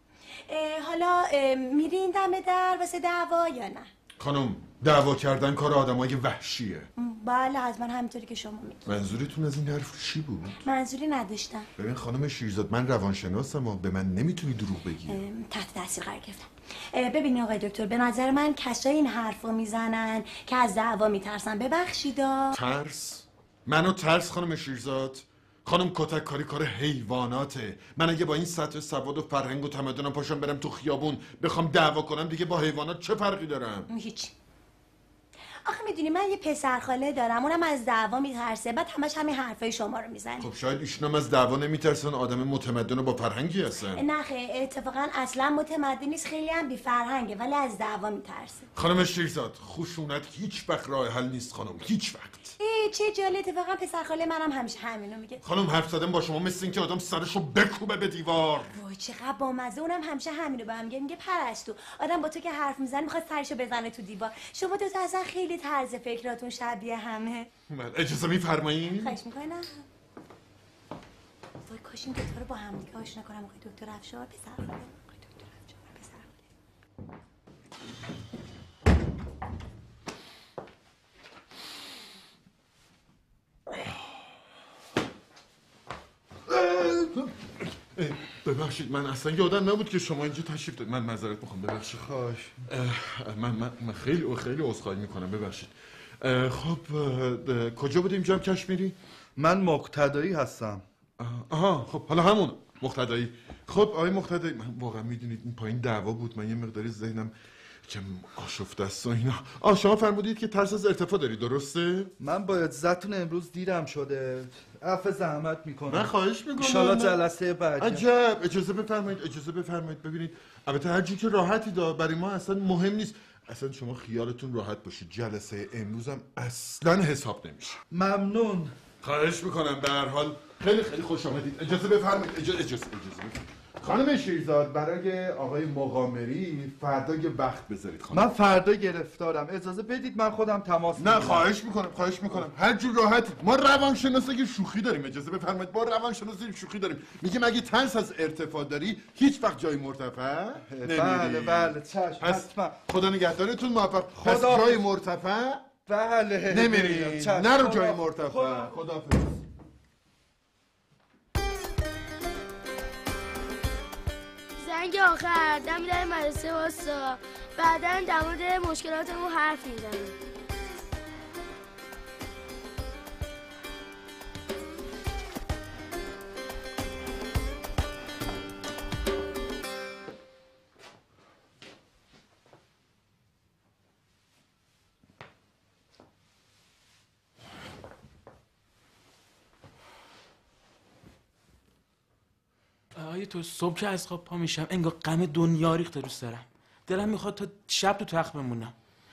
اه، حالا اه، میرین دم در واسه دعوا یا نه خانم دعوا کردن کار آدمای وحشیه م، بله حتما همینطوری که شما میگین منظورتون از این حرف چی بود منظوری نداشتم ببین خانم شیرزاد من روانشناسم و به من نمیتونی دروغ بگی ام، تحت تاثیر قرار گرفتم اه، ببینین آقای دکتر به نظر من کسایی این حرف رو میزنن که از دعوا میترسن ببخشیدا ترس منو ترس خانم شیرزاد خانم کتک کاری کار حیواناته من اگه با این سطح سواد و فرهنگ و تمدنم پاشم برم تو خیابون بخوام دعوا کنم دیگه با حیوانات چه فرقی دارم هیچ آخه میدونی من یه پسر خاله دارم اونم از دعوا میترسه بعد همش همین حرفای شما رو میزنه خب شاید ایشونم از دعوا نمیترسن آدم متمدن و با فرهنگی هستن نه خیر اتفاقا اصلا متمدن نیست خیلی هم بی فرهنگه ولی از دعوا میترسه خانم شیرزاد خشونت هیچ وقت راه حل نیست خانم هیچ وقت ای چه جالب اتفاقا پسر خاله منم همیشه همینو میگه خانم حرف زدن با شما مثل اینکه آدم سرشو بکوبه به دیوار وای چقدر بامزه اونم همیشه همینو به هم میگه میگه پرستو آدم با تو که حرف میزنه میخواد سرشو بزنه تو دیوار شما دوتا اصلا خیلی طرز فکراتون شبیه همه من بله، اجازه میفرمایین خواهش میکنم وای کاش این دوتا رو با هم دیگه آشنا کنم آقای دکتر افشار پسر خاله. ببخشید من اصلا یادم نبود که شما اینجا تشریف دارید من معذرت میخوام ببخشید خواهش. اه، من, من, من خیلی خیلی عذرخواهی میکنم ببخشید اه، خب اه، اه، کجا بودیم جمع کشمیری من مقتدایی هستم آها خب حالا همون مقتدایی خب آقای مقتدایی من واقعا میدونید این پایین دعوا بود من یه مقداری ذهنم که آشفته است و اینا آه شما فرمودید که ترس از ارتفاع داری درسته من با عزتون امروز دیرم شده عفو زحمت میکنم من خواهش میکنم انشالله جلسه بعدی عجب اجازه بفرمایید اجازه بفرمایید ببینید البته هر جور که راحتی دا برای ما اصلا مهم نیست اصلا شما خیالتون راحت باشه جلسه امروزم اصلا حساب نمیشه ممنون خواهش میکنم به هر حال خیلی خیلی خوش آمدید اجازه بفرمایید اجازه اجازه, اجازه بفرمایید. خانم شیرزاد برای آقای مقامری فردا یه وقت بذارید خانم من فردا گرفتارم اجازه بدید من خودم تماس نه خواهش میکنم خواهش میکنم هر جور راحت ما روانشناسا که شوخی داریم اجازه بفرمایید ما روانشناسی شوخی داریم میگیم اگه ترس از ارتفاع داری هیچ وقت جای مرتفع نمیری. بله بله چشم پس خدا نگهدارتون موفق پس خدا- جای مرتفع بله نمیری چشم. نرو جای خدا- مرتفع خدا- خداحافظ زنگ آخر دم در مدرسه واسا بعدا در مورد مشکلاتمون حرف میزنیم صدای تو صبح که از خواب پا میشم انگار غم دنیا ریخته رو سرم دلم میخواد تا شب تو تخت بمونم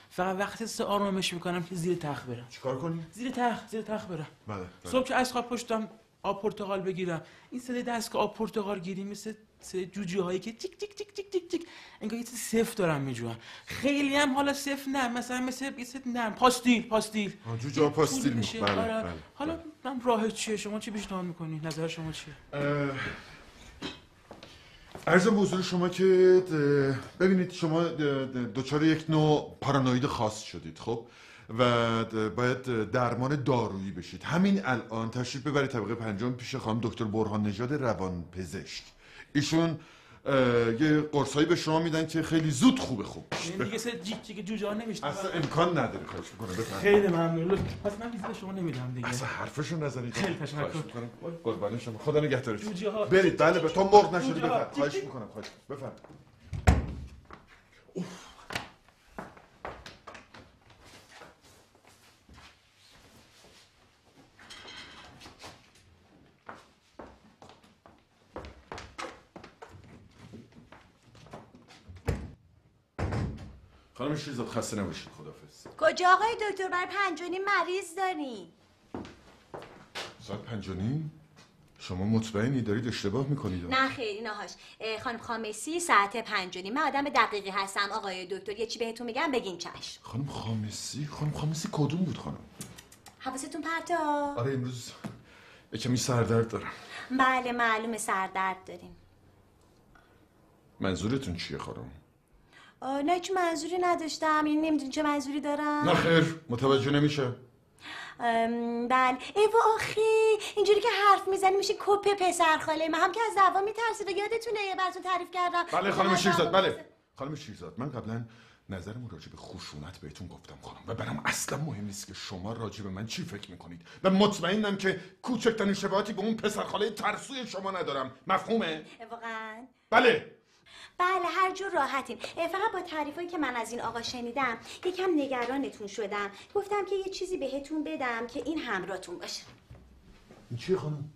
فقط وقتی سه آرامش میکنم که زیر تخت برم چیکار کنی؟ زیر تخت زیر تخت برم بله صبح که از خواب پشتم آب پرتقال بگیرم این صدای دست که آب پرتقال گیری مثل صدای جوجه هایی که تیک تیک تیک تیک تیک تیک انگار یه چیز سفت دارم میجوام خیلی هم حالا سفت نه مثلا مثل یه چیز نرم پاستیل پاستیل آه، جوجه‌ها یه طول پاستیل میشه. می‌خورن. بله، آره. بله، حالا من راه چیه شما چی پیشنهاد میکنی نظر شما چیه ارزم به حضور شما که ده- ببینید شما ده- ده- دچار یک نوع پارانوید خاص شدید خب و ده- باید درمان دارویی بشید همین الان تشریف ببرید طبقه پنجم پیش خانم دکتر برهان نژاد روان پزشک ایشون اه، یه قرصایی به شما میدن که خیلی زود خوبه خوب بشید. یعنی دیگه سه جیک جیک جوجه ها نمیشه اصلا امکان نداره خواهش میکنم خیلی ممنون لطف- پس من ویزا شما نمیدم دیگه اصلا حرفشو نزنید خیلی تشکر. خواهش می‌کنم. قربان شما خدا نگهدارتون جوجه ها. برید بله به تو مرغ نشدی جوجه ها. بفرمایید خواهش میکنم خواهش بفرمایید خانم شیرزاد خسته نباشید خدافظ کجا آقای دکتر برای پنجانی مریض داری؟ ساعت پنج و نیم؟ شما مطمئنی دارید اشتباه میکنید نه خیلی نهاش اه، خانم خامسی ساعت پنجانی من آدم دقیقی هستم آقای دکتر یه چی بهتون میگم بگین چشم خانم خامسی خانم خامسی کدوم بود خانم حواستون پرتا آره امروز کمی سردرد دارم بله معلومه سردرد داریم منظورتون چیه خانم آه، نه هیچ منظوری نداشتم یعنی نمیدونی چه منظوری دارم نه خیر متوجه نمیشه ام، بله ایوا آخی اینجوری که حرف میزنی میشه کپ پسر خاله من هم که از دعوا میترسیده یادتونه یه براتون تعریف کردم بله که خانم من شیرزاد دعوا بله خانم شیرزاد من قبلا نظرمون راجع به خشونت بهتون گفتم خانم و برام اصلا مهم نیست که شما راجع به من چی فکر میکنید و مطمئنم که کوچکترین شباهتی به اون پسرخاله ترسوی شما ندارم مفهومه واقعا بله بله هر جور راحتیم اه، فقط با تعریفایی که من از این آقا شنیدم یکم نگرانتون شدم گفتم که یه چیزی بهتون بدم که این همراهتون باشه این چیه خانم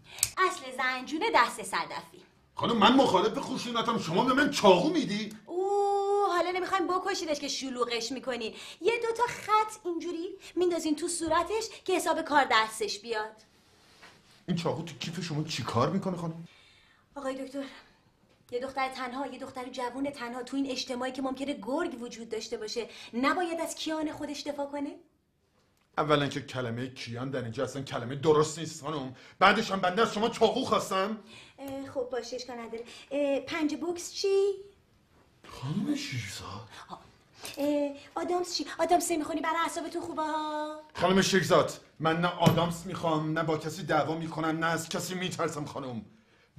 اصل زنجونه دست صدفی خانم من مخالف خشونتم شما به من چاقو میدی او حالا نمیخوایم بکشیدش که شلوغش میکنین یه دوتا خط اینجوری میندازین تو صورتش که حساب کار دستش بیاد این چاقو تو کیف شما چیکار میکنه خانم آقای دکتر یه دختر تنها یه دختر جوون تنها تو این اجتماعی که ممکنه گرگ وجود داشته باشه نباید از کیان خودش دفاع کنه اولا که کلمه کیان در اینجا اصلا کلمه درست نیست خانم بعدش هم بنده از شما چاقو خواستم اه، خب باشه اشکال نداره اه، پنج بوکس چی خانم شیرزاد اه، آدامس چی آدامس میخونی برای اعصابتون خوبه ها خانم شیرزاد من نه آدامس میخوام نه با کسی دعوا میکنم نه از کسی میترسم خانم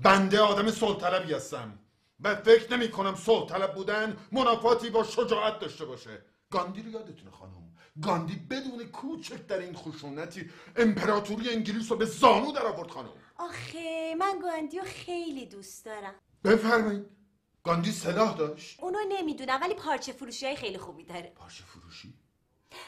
بنده آدم صلح طلبی هستم و فکر نمی کنم صلح طلب بودن منافاتی با شجاعت داشته باشه گاندی رو یادتونه خانم گاندی بدون کوچک در این خشونتی امپراتوری انگلیس رو به زانو در آورد خانم آخه من گاندیو خیلی دوست دارم بفرمایید گاندی سلاح داشت اونو نمیدونم ولی پارچه فروشی های خیلی خوبی داره پارچه فروشی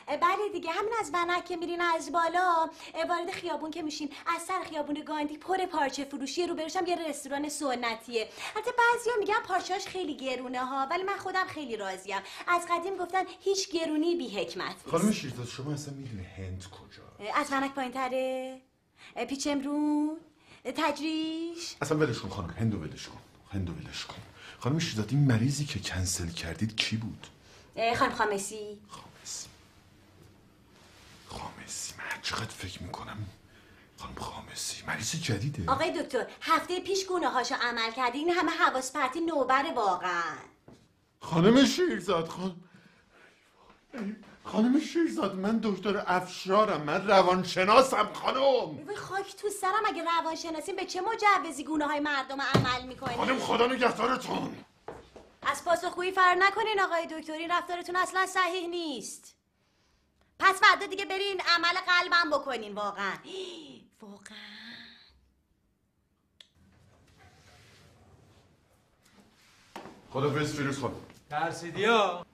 بله دیگه همین از ونک که میرین از بالا اه، وارد خیابون که میشین از سر خیابون گاندی پر پارچه فروشی روبروش هم یه رستوران سنتیه البته بعضیا میگن پارچه‌اش خیلی گرونه ها ولی من خودم خیلی راضیم از قدیم گفتن هیچ گرونی بی حکمت خانم شیرزاد شما اصلا میدونی هند کجا اه، از ونک پایین تره پیچ امرون اه، تجریش اصلا ولش کن خانم هندو ولش کن هندو ولش کن خانم شیرزاد این مریضی که کنسل کردید کی بود اه، خانم خامسی خامسی خامسی من چقدر فکر میکنم خانم خامسی مریض جدیده آقای دکتر هفته پیش گونه هاشو عمل کردی این همه حواس پرتی نوبر واقعا خانم شیرزاد خان خانم شیرزاد من دکتر افشارم من روانشناسم خانم وای خاک تو سرم اگه روانشناسیم به چه مجوزی گونه های مردم عمل میکنی خانم خدا نگهدارتون از پاسخگویی فرار نکنین آقای دکتر این رفتارتون اصلا صحیح نیست پس فردا دیگه برین عمل قلبم بکنین واقعا واقعا خدا فیروز خانم ترسیدی ها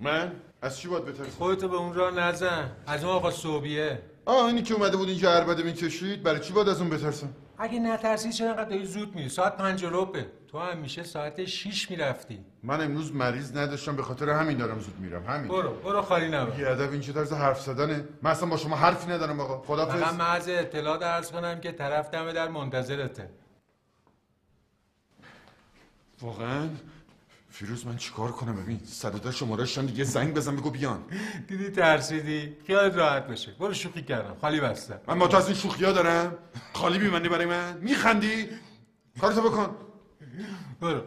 من از چی باید بترسم خودتو به اون راه نزن از اون آقا صوبیه آه اینی که اومده بود اینجا عربده میکشید برای چی باید از اون بترسم اگه نترسی چرا انقدر داری زود میری ساعت پنج و ربه تو همیشه ساعت 6 میرفتی من امروز مریض نداشتم به خاطر همین دارم زود میرم همین برو برو خالی نباش یه ادب این چه طرز حرف زدنه من اصلا با شما حرفی ندارم آقا فقط خدافظ محض اطلاع درس کنم که طرف دم در منتظرته واقعا فیروز من چیکار کنم ببین 110 شماره شدن دیگه زنگ بزن بگو بیان دیدی ترسیدی خیالت راحت بشه برو شوخی کردم خالی بستم من با تو از این شوخی دارم خالی میبندی برای من میخندی کارتو بکن برو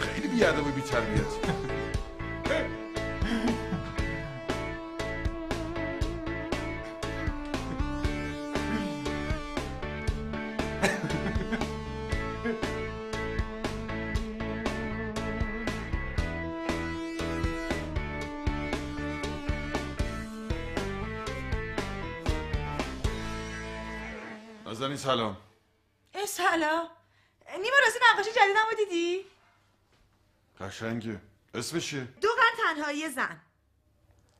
خیلی بیادب و بیتربیت نازنین سلام ای سلام نیما راستی نقاشی جدیدمو دیدی قشنگه اسمش چیه دو قرن تنهایی زن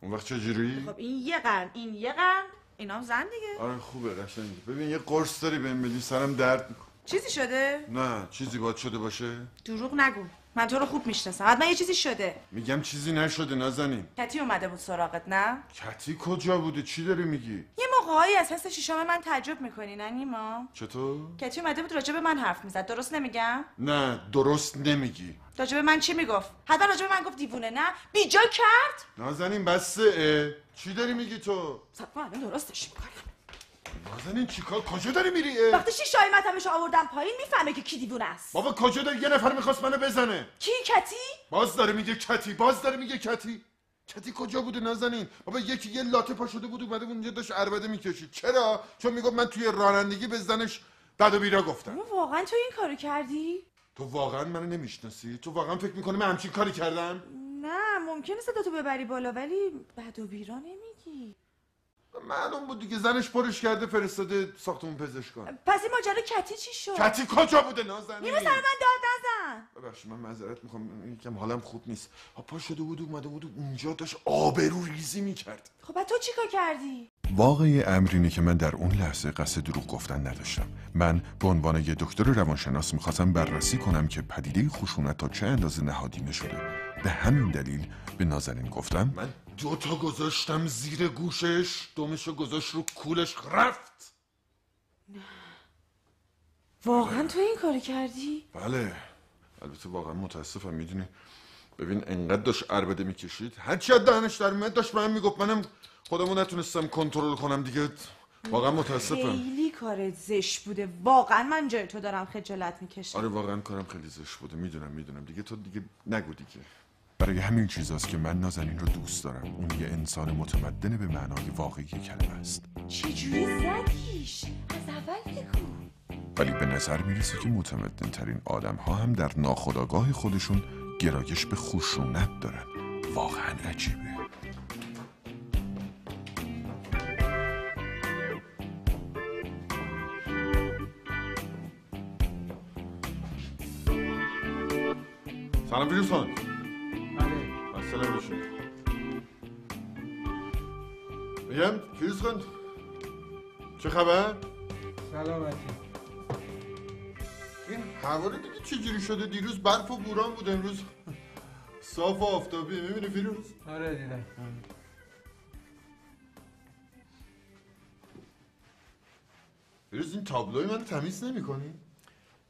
اون وقت چه جوری خب این یه قرن این یه قرن اینام زن دیگه آره خوبه قشنگه ببین یه قرص داری بهم بدی سرم درد میکنه چیزی شده نه چیزی باید شده باشه دروغ نگو من تو رو خوب میشناسم حتما یه چیزی شده میگم چیزی نشده نازنین کتی اومده بود سراغت نه کتی کجا بوده چی داری میگی یه موقعهایی از حس شیشم من تعجب میکنی نه نیما چطور کتی اومده بود راجع به من حرف میزد درست نمیگم نه درست نمیگی راجع به من چی میگفت حتما راجع به من گفت دیوونه نه بیجا کرد نازنین بسه اه. چی داری میگی تو صد الان درستش میکنم نازنین چیکار کجا داری میری اه؟ وقتی شیشای مطمش آوردم پایین میفهمه که کی دیوونه است بابا کجا داری یه نفر میخواست منو بزنه کی کتی باز داره میگه کتی باز داره میگه کتی کتی کجا بوده نازنین بابا یکی یه لاته پا شده بود اومده بود اونجا داشت عربده میکشید چرا چون میگفت من توی رانندگی به زنش بد و بیرا گفتم ما واقعا تو این کارو کردی تو واقعا منو نمیشناسی تو واقعا فکر میکنی من همچین کاری کردم نه ممکنه صداتو ببری بالا ولی بد و بیرا نمیگی معلوم بود دیگه زنش پرش کرده فرستاده ساختمون پزشکان پس این ماجرا کتی چی شد کتی کجا بوده نازنین نیما سر من داد نزن ببخشید من معذرت میخوام یکم حالم خوب نیست ها پا شده بود اومده بود اونجا داشت آبرو ریزی میکرد خب بعد تو چیکار کردی واقعی امر اینه که من در اون لحظه قصد دروغ گفتن نداشتم من به عنوان یه دکتر روانشناس میخواستم بررسی کنم که پدیده خشونت تا چه اندازه نهادینه شده به همین دلیل به نازنین گفتم من دوتا گذاشتم زیر گوشش دومشو گذاشت رو کولش رفت واقعا تو این کارو کردی بله البته واقعا متاسفم میدونی ببین انقدر داشت عربده میکشید هرچی از دهنش در میاد داشت به هم میگفت منم خودمو نتونستم کنترل کنم دیگه واقعا متاسفم خیلی کارت زش بوده واقعا من جای تو دارم خجالت میکشم آره واقعا کارم خیلی زشت بوده میدونم میدونم دیگه تو دیگه نگو دیگه برای همین چیزاست که من نازنین رو دوست دارم اون یه انسان متمدن به معنای واقعی کلمه است چجوری زدیش از اول بگو ولی به نظر میرسه که متمدن ترین آدم ها هم در ناخودآگاه خودشون گرایش به خشونت دارن واقعا عجیبه سلام ویلسون بله سلام بشین میگم فیروز خان چه خبر؟ سلامتی این هوا رو دیدی چجوری شده دیروز برف و بوران بود امروز صاف و آفتابی میبینی فیروز؟ آره دیدم فیروز این تابلوی من تمیز نمیکنی؟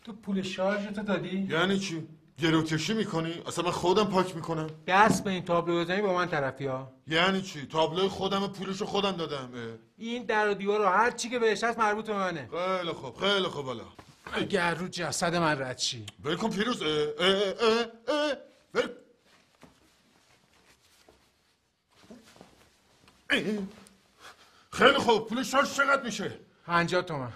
تو پول شارژ تو دادی یعنی چی؟ گروتشی میکنی؟ اصلا من خودم پاک میکنم دست به این تابلو بزنی با من طرفی ها یعنی چی؟ تابلوی خودم و پولشو خودم دادم اه. این در و دیوار و هر چی که بهش هست مربوط به منه خیلی خوب خیلی خوب حالا اگر رو جسد من رد چی ول کن فیروز اه، اه، اه، اه، ول کن. اه. خیلی خوب پول شارژ چقدر میشه؟ پنجاه تومن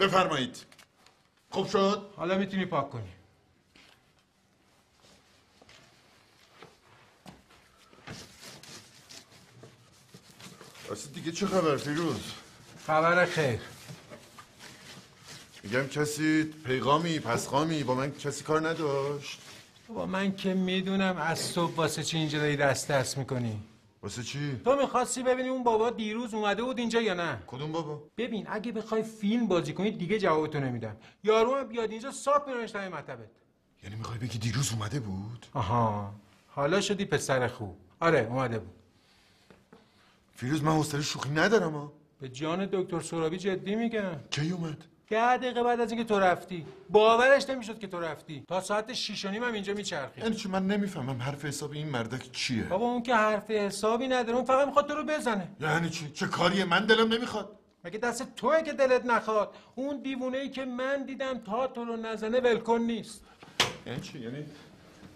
بفرمایید خوب شد؟ حالا میتونی پاک کنی اصلا دیگه چه خبر فیروز؟ خبر خیر میگم کسی پیغامی پسخامی با من کسی کار نداشت با من که میدونم از صبح واسه چی اینجا داری دست دست میکنی واسه چی؟ تو میخواستی ببینی اون بابا دیروز اومده بود اینجا یا نه کدوم بابا ببین اگه بخوای فیلم بازی کنی دیگه جوابتو نمیدم یارو هم بیاد اینجا صاف میرنش دم مطبت یعنی میخوای بگی دیروز اومده بود آها حالا شدی پسر خوب آره اومده بود فیروز من حوصله شوخی ندارم ها به جان دکتر سرابی جدی میگم کی اومد ده دقیقه بعد از اینکه تو رفتی باورش نمیشد که تو رفتی تا ساعت شیش و نیم هم اینجا میچرخی یعنی چی من نمیفهمم حرف حساب این مردک چیه بابا اون که حرف حسابی نداره اون فقط میخواد تو رو بزنه یعنی چی چه کاریه من دلم نمیخواد مگه دست توه که دلت نخواد اون دیوونه ای که من دیدم تا تو رو نزنه ولکن نیست یعنی چی یعنی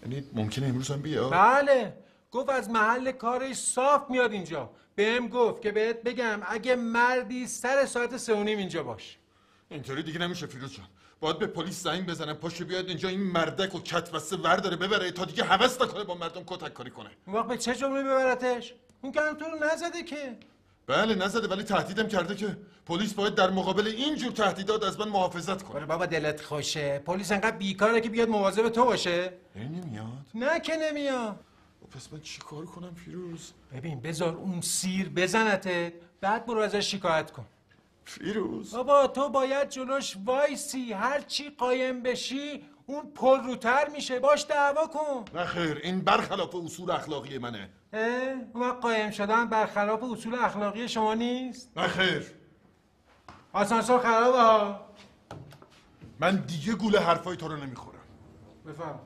یعنی ممکنه امروز هم بیا بله گفت از محل کارش صاف میاد اینجا بهم گفت که بهت بگم اگه مردی سر ساعت سه و نیم اینجا باش اینطوری دیگه نمیشه فیروز جان باید به پلیس زنگ بزنم پاشو بیاد اینجا این مردک و کت بسته ورداره ببره تا دیگه حوس نکنه با مردم کتک کاری کنه اون وقت به چه جمله ببرتش اون که هم تو رو نزده که بله نزده ولی تهدیدم کرده که پلیس باید در مقابل این جور تهدیدات از من محافظت کنه آره بابا دلت خوشه پلیس انقدر بیکاره که بیاد مواظب تو باشه این نمیاد نه که نمیاد پس من چیکار کنم فیروز ببین بذار اون سیر بزنتت بعد برو ازش شکایت کن فیروز بابا تو باید جلوش وایسی هر چی قایم بشی اون پل روتر میشه باش دعوا کن نه خیر این برخلاف اصول اخلاقی منه اه اون وقت قایم شدن برخلاف اصول اخلاقی شما نیست نه خیر آسانسور خرابه ها من دیگه گول حرفای تو رو نمیخورم بفهم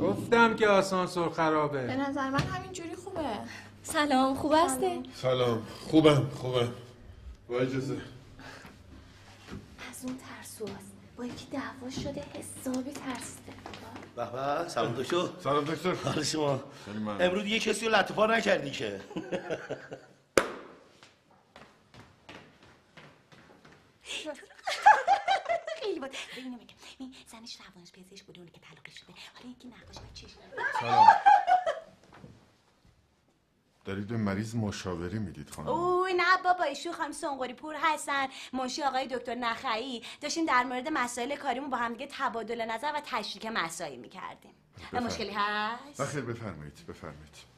گفتم که آسانسور به خرابه نظر من همینجوری خوبه سلام خوب هستی؟ سلام خوبم خوبم با اجازه از اون ترسو هست با یکی دعوا شده حسابی ترسیده به به سلام دکتر سلام دکتر حال شما خیلی ممنون. امروز یه کسی رو لطفا نکردی که خیلی بود ببینم میگم این زنش روانش پزشک بوده اونی که طلاقی شده حالا یکی نقاش و چشم سلام دارید به مریض مشاوره میدید خانم اوه نه بابا ایشون خانم سنگوری پور هستن منشی آقای دکتر نخعی داشتیم در مورد مسائل کاریمون با همدیگه تبادل نظر و تشریک مسایی میکردیم بفرم. مشکلی هست نه خیر بفرمایید بفرمایید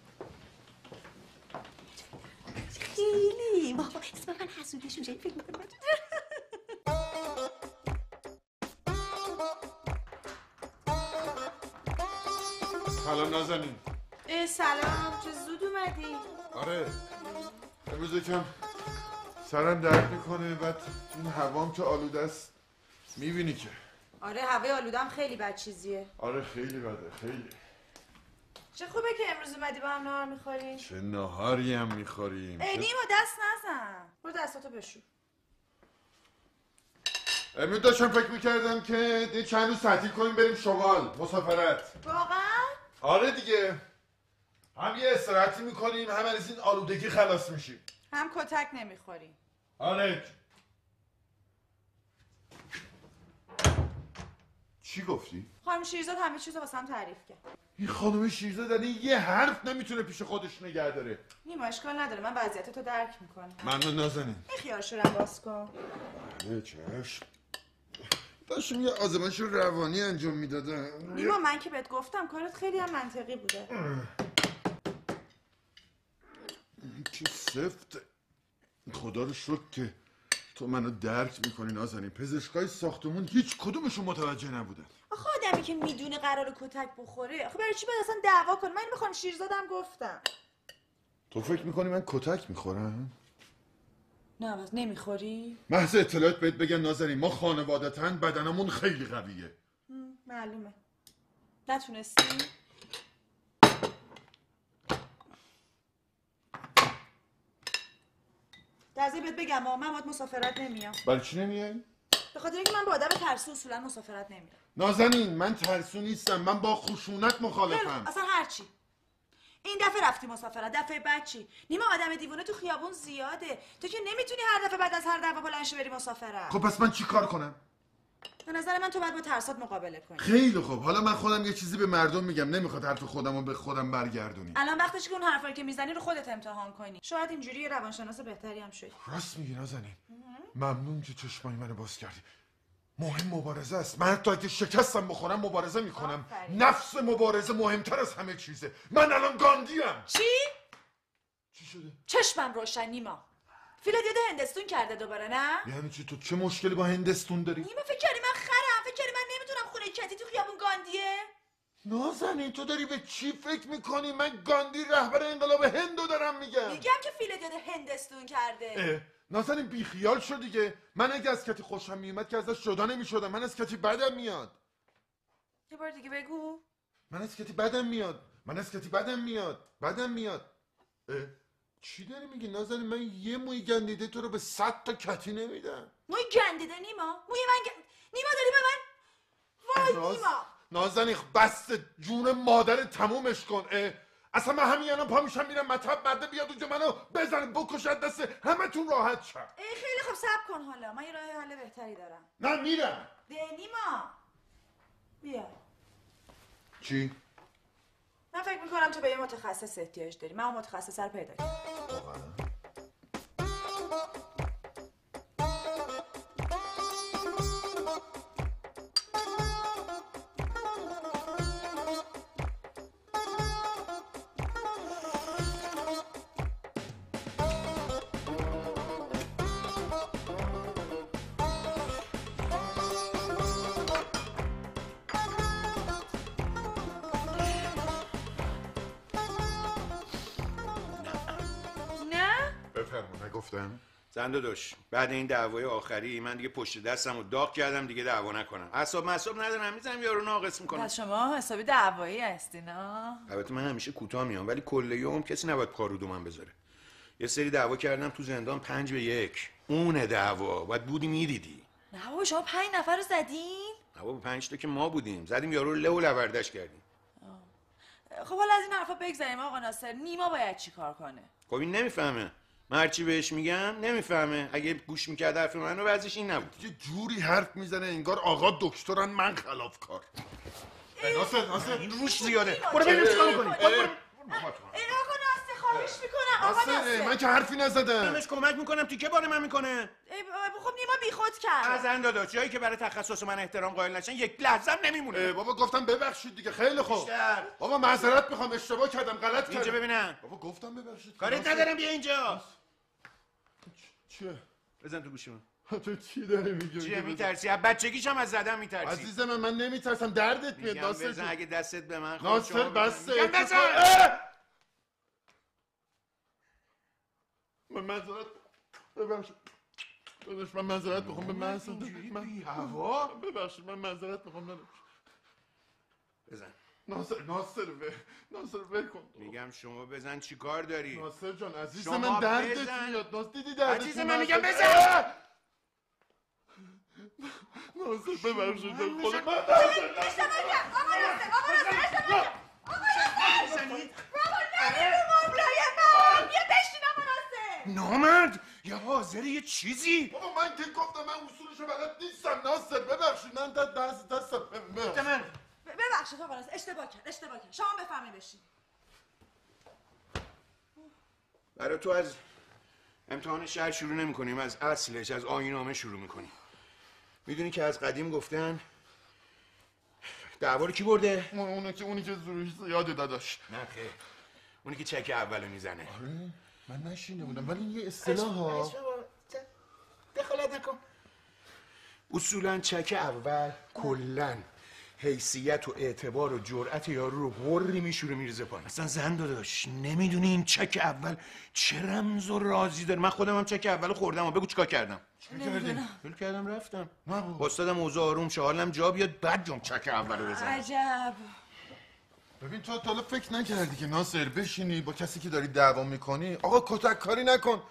خیلی بابا اسم من حسودش میشه فکر می‌کنم. سلام نازنین اه، سلام چه زود اومدی آره امروز یکم سرم درد میکنه بعد این هوام که آلوده است میبینی که آره هوای آلودم خیلی بد چیزیه آره خیلی بده خیلی چه خوبه که امروز اومدی با هم نهار میخوری چه نهاری هم میخوریم ای نیما دست نزن برو دستاتو بشو امروز داشتم فکر میکردم که یه چند روز تعطیل کنیم بریم شمال مسافرت واقعا آره دیگه هم یه استراحتی میکنیم هم از این آلودگی خلاص میشیم هم کتک نمیخوری آره چی گفتی؟ خانم خب، شیرزاد همه چیز رو واسه هم تعریف کرد این خانم شیرزاد یعنی یه حرف نمیتونه پیش خودش نگه داره نیما اشکال نداره من وضعیت تو درک میکنم ممنون نازنین این خیارشو رو باز آره. کن نه چشم داشتم یه آزمایش روانی انجام میدادم نیما من که بهت گفتم کارت خیلی هم منطقی بوده چه سفت خدا رو شکر که تو منو درک میکنی نازنین پزشکای ساختمون هیچ کدومشون متوجه نبودن آخه آدمی که میدونه قرار کتک بخوره آخه برای چی باید اصلا دعوا کنه من اینو به خانم شیرزادم گفتم تو فکر میکنی من کتک میخورم نه باز نمیخوری محض اطلاعات بهت بگم نازنین ما خانوادتا بدنمون خیلی قویه معلومه نتونستی در ضمن بهت بگم آه، من باید مسافرت نمیام برای چی نمیای به خاطر اینکه من با آدم ترسو اصولا مسافرت نمیرم نازنین من ترسو نیستم من با خشونت خیلی- مخالفم اصلا هرچی این دفعه رفتی مسافرت دفعه بعد چی نیما آدم دیوونه تو خیابون زیاده تو که نمیتونی هر دفعه بعد از هر دعوا بلند شی بری مسافرت خب پس من چی کار کنم به نظر من تو باید با ترسات مقابله کنی خیلی خوب حالا من خودم یه چیزی به مردم میگم نمیخواد حرف خودم رو به خودم برگردونی الان وقتش که اون حرفایی که میزنی رو خودت امتحان کنی شاید اینجوری یه روانشناس بهتری هم شدی راست میگی نازنین ممنون که چشمای منو باز کردی مهم مبارزه است من حتی اگه شکستم بخورم مبارزه میکنم آفرین. نفس مبارزه مهمتر از همه چیزه من الان گاندیم چی؟ چی شده؟ چشمم روشن نیما فیلاد یاد هندستون کرده دوباره نه؟ یعنی چی تو چه مشکلی با هندستون داری؟ نیما فکر کردی من خرم فکر کردی من نمیتونم خونه کتی تو خیابون گاندیه؟ نازنین تو داری به چی فکر میکنی؟ من گاندی رهبر انقلاب هندو دارم میگم میگم که فیلاد یاد هندستون کرده اه، نازنین بیخیال شو دیگه من اگه از کتی خوشم میومد که ازش جدا نمیشدم من از کتی بدم میاد یه بار دیگه بگو من از کتی بدم میاد من از کتی بدم میاد بدم میاد اه، چی داری میگی نازنین من یه موی گندیده تو رو به صد تا کتی نمیدم موی گندیده نیما موی من گند... نیما داری به من وای ناز- نیما نازنین بست جون مادر تمومش کن اه. اصلا من همین الان پا میشم میرم مطب مرده بیاد اونجا منو بزنه بکشد دست همه تون راحت شد ای خیلی خوب صبر کن حالا من یه راه حل بهتری دارم نه میرم ده نیما بیا چی؟ من فکر میکنم تو به یه متخصص احتیاج داری من اون متخصص رو پیدا کردم نه بفرما نگفتم زنده داشت بعد این دعوای آخری من دیگه پشت دستم و داغ کردم دیگه دعوا نکنم اعصاب معصاب ندارم میزنم یارو ناقص میکنم پس شما حسابی دعوایی هستی نه البته من همیشه کوتاه میام ولی کل یوم کسی نباید پا رو دومم بذاره یه سری دعوا کردم تو زندان پنج به یک اون دعوا باید بودی میدیدی نه بابا شما پنج نفر رو زدین نه بابا پنج تا که ما بودیم زدیم یارو له و لوردش کردیم خب حالا از این حرفا بگذریم آقا ناصر نیما باید چیکار کنه خب این نمیفهمه من هرچی بهش میگم نمیفهمه اگه گوش میکرد حرف منو وضعش این نبود یه جوری حرف میزنه انگار آقا دکترن من خلاف کار ناصر ناصر این روش زیاده برو بریم چیکار می‌کنی؟ ای آقا ناصر خواهش میکنم آقا ناصر ناصر من که حرفی نزدم بهش کمک میکنم تیکه بار من میکنه ای بابا، خب نیما بیخود کرد از انداداش جایی که برای تخصص من احترام قائل نشن یک لحظه هم نمیمونه بابا گفتم ببخشید دیگه خیلی خوب بیشتر. بابا معذرت میخوام اشتباه کردم غلط کردم اینجا ببینم بابا گفتم ببخشید کارت ناصر. ندارم بیا اینجا چیه بزن تو گوشی من تو چی داری میگی چیه میترسی از بچگیش هم از زدن میترسی عزیز من من نمیترسم دردت میاد میگم ناصر بزن جون. اگه دستت به من خورد، شما ناصر بزن. بسته میگم چه بزن کار- اه! من معذرت ببخشید داداش، من معذرت میخوام خب، به من من هوا ببخشید من معذرت میخوام داداش بزن ناصر ناصر ول- ناصر ول کن میگم شما بزن چی کار داری ناصر جان عزیز شما من دردت بزن. میاد ناصر دیدی دردت عزیز میاد؟ من میگم ناصر. بزن. اه! ناصر ببخشید خدا من ناصر اشتباه کرد آقا ناصر آقا ناصر اشتباه کرد آقا ناصر بابا نه رو مبلای من بیا بشین آقا ناصر نامرد یا حاضر یه چیزی بابا من که گفتم من اصولشو بلد نیستم ناصر ببخشید من دست دست دستم ببخشید. ب- ببخشید آقا ناصر اشتباه کرد اشتباه کرد شما بفهمی بشین برای تو از امتحان شهر شروع نمی کنیم از اصلش از آینامه شروع میکنیم میدونی که از قدیم گفتن دعوا رو کی برده اون- اونی که اونی که زورش زیاده داداش نه خیر اونی که چک اولو میزنه آره من نشینه بودم ولی یه اصطلاح ها دخالت نکن اصولا چک اول کلا حیثیت و اعتبار و جرأت یارو رو بری میشوره میرزه پایین اصلا زن داداش نمیدونی این چک اول چه رمز و رازی داره من خودم هم چک اول خوردم و بگو چیکار کردم نمیدونم ول کردم رفتم نبود استادم اوضاع آروم شه حالم جا بیاد بعد جام چک اول رو بزنم عجب ببین تو تا حالا فکر نکردی که ناصر بشینی با کسی که داری دعوا میکنی آقا کتک کاری نکن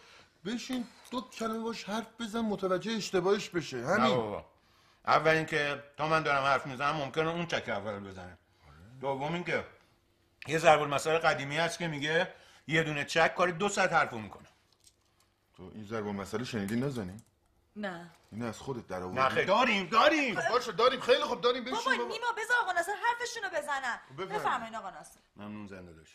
بشین دو کلمه باش حرف بزن متوجه اشتباهش بشه نه همین بابا. اول اینکه تا من دارم حرف میزنم ممکنه اون چک اول رو بزنه دوم اینکه یه ضرب المثل قدیمی هست که میگه یه دونه چک کاری دو ساعت حرفو میکنه تو این ضرب مسئله شنیدی نازنین نه این از خودت در آوردی نه خیر، داریم داریم باشه داریم خیلی خوب داریم بشین بابا بابا نیما بذار آقا ناصر حرفشون رو بزنن بفرمایید. بفرمایید آقا ناصر ممنون زنداداش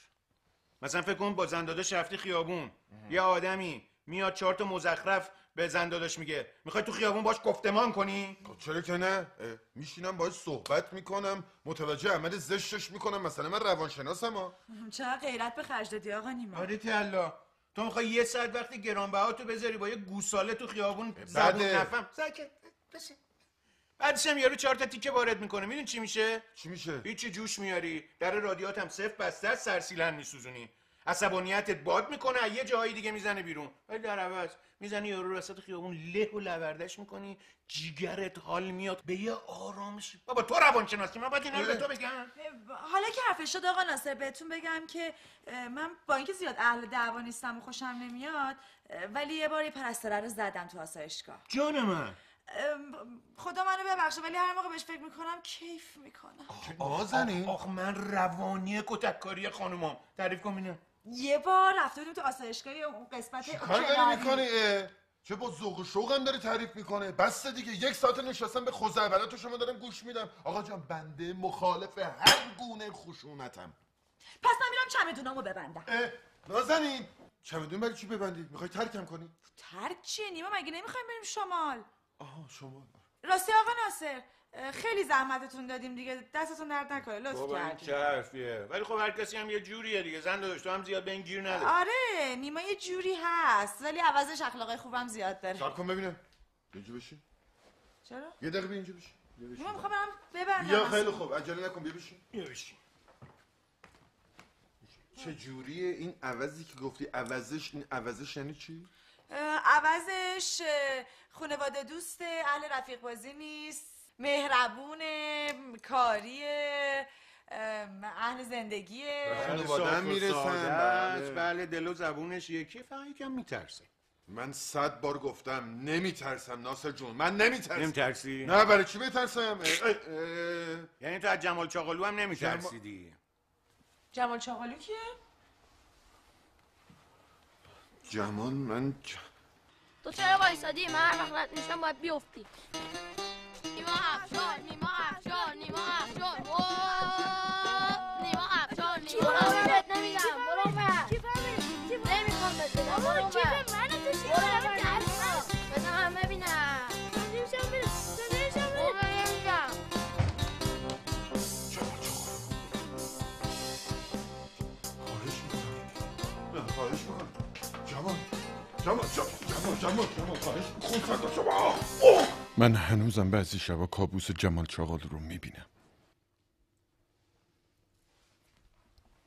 مثلا فکر کن با زنداداش رفتی خیابون یه آدمی میاد چهار تا مزخرف به زنداداش میگه میخوای تو خیابون باش گفتمان کنی خب چرا که نه اه، میشینم باید صحبت میکنم متوجه عمل زشتش میکنم مثلا من روانشناسم ها چقدر غیرت به خرج دادی آقا نیما آره تلا تو میخوای یه ساعت وقتی گرانبهاتو بذاری با یه گوساله تو خیابون زبون بده. نفهم ساکت بشه بعدش هم یارو چهار تا تیکه وارد میکنه میدونی چی میشه چی میشه هیچی جوش میاری در رادیات هم صفر بسته است سرسیلن میسوزونی عصبانیتت باد میکنه از یه جایی دیگه میزنه بیرون ولی در عوض میزنی یارو وسط خیابون له و لوردش میکنی جیگرت حال میاد به یه آرامش بابا تو روانشناسی من باید اینا رو به تو بگم حالا که حرفش شد آقا ناصر بهتون بگم که اه، من با اینکه زیاد اهل دعوا نیستم و خوشم نمیاد اه، ولی یه بار یه پرستاره رو زدم تو آسایشگاه جان من ام، خدا منو ببخشه ولی هر موقع بهش فکر میکنم کیف میکنم آزنی آخ, آخ من روانی کتککاری خانومم تعریف کن ببینم یه بار رفته بودیم تو آسایشگاه یه اون قسمت کار داری کناری. میکنی اه؟ چه با ذوق و شوقم داری تعریف میکنه بس دیگه یک ساعت نشستم به خوزعبلات تو شما دارم گوش میدم آقا جان بنده مخالف هر گونه خشونتم پس من میرم چمدونامو ببندم اه نازنین چمدون برای چی ببندی میخوای ترکم کنی ترک چیه نیما مگه نمیخوایم بریم شمال آها شما راستی آقا ناصر اه، خیلی زحمتتون دادیم دیگه دستتون درد نکنه لطف بابا این کردی چه حرفیه ولی خب هر کسی هم یه جوریه دیگه زن داداش تو هم زیاد به این گیر نده آره نیما یه جوری هست ولی عوضش اخلاقای خوبم زیاد داره سر کن خب ببینم اینجا بشین چرا یه دقیقه بیا اینجا بشین بیا بشین. نیما میخوام برم ببندم بیا اصلا. خیلی خوب عجله نکن بیا بشین بیا بشین چه جوریه این عوضی که گفتی عوضش این عوضش یعنی چی اه، عوضش اه، خانواده دوست اهل رفیق بازی نیست مهربونه کاریه ام، اهل زندگیه خانواده‌ام میرسم، بله. بله بله دل و زبونش یکی فقط یکم میترسه من صد بار گفتم نمیترسم ناصر جون من نمیترسم نمی‌ترسی؟ نه برای چی بترسم اه، اه، یعنی تو از جمال چاقالو هم نمیترسیدی جمال چاقالو کیه؟ جمال من ج- تو چرا وایسادی من هر وقت رد میشم باید بیفتی نیما افشار نیما افشار نیما افشار وای، نیما افشار نیما افشار بهت نمیگم برو بر نمیخوام بهت بگم برو بر برو بر، نیما. بزن من ببینم برو بر، نمیگم. نه، خواهش میکنم جمال جمال جمال جمال جمال خواهش خون فدا شما آه، اوه. من هنوزم بعضی شبا کابوس جمال چاقال رو میبینم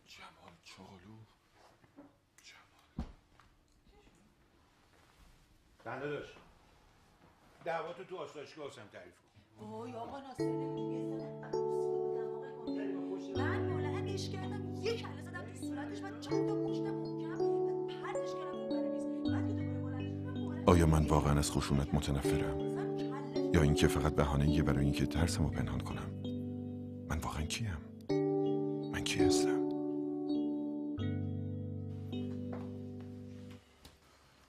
جمال چالو زن داداش دعواتو تو آسایشگاه واسم تعریف کن وای آقا ناصر من بلندش کردم یه کله زدم تو صورتش من چند تا پشتم محکم پرتش کردم اون بره میز بعد که دوباره بلندش کردم، آیا من واقعا از خشونت متنفرم یا اینکه فقط بهانه یه برای اینکه ترسم رو پنهان کنم من واقعا کیم من کی هستم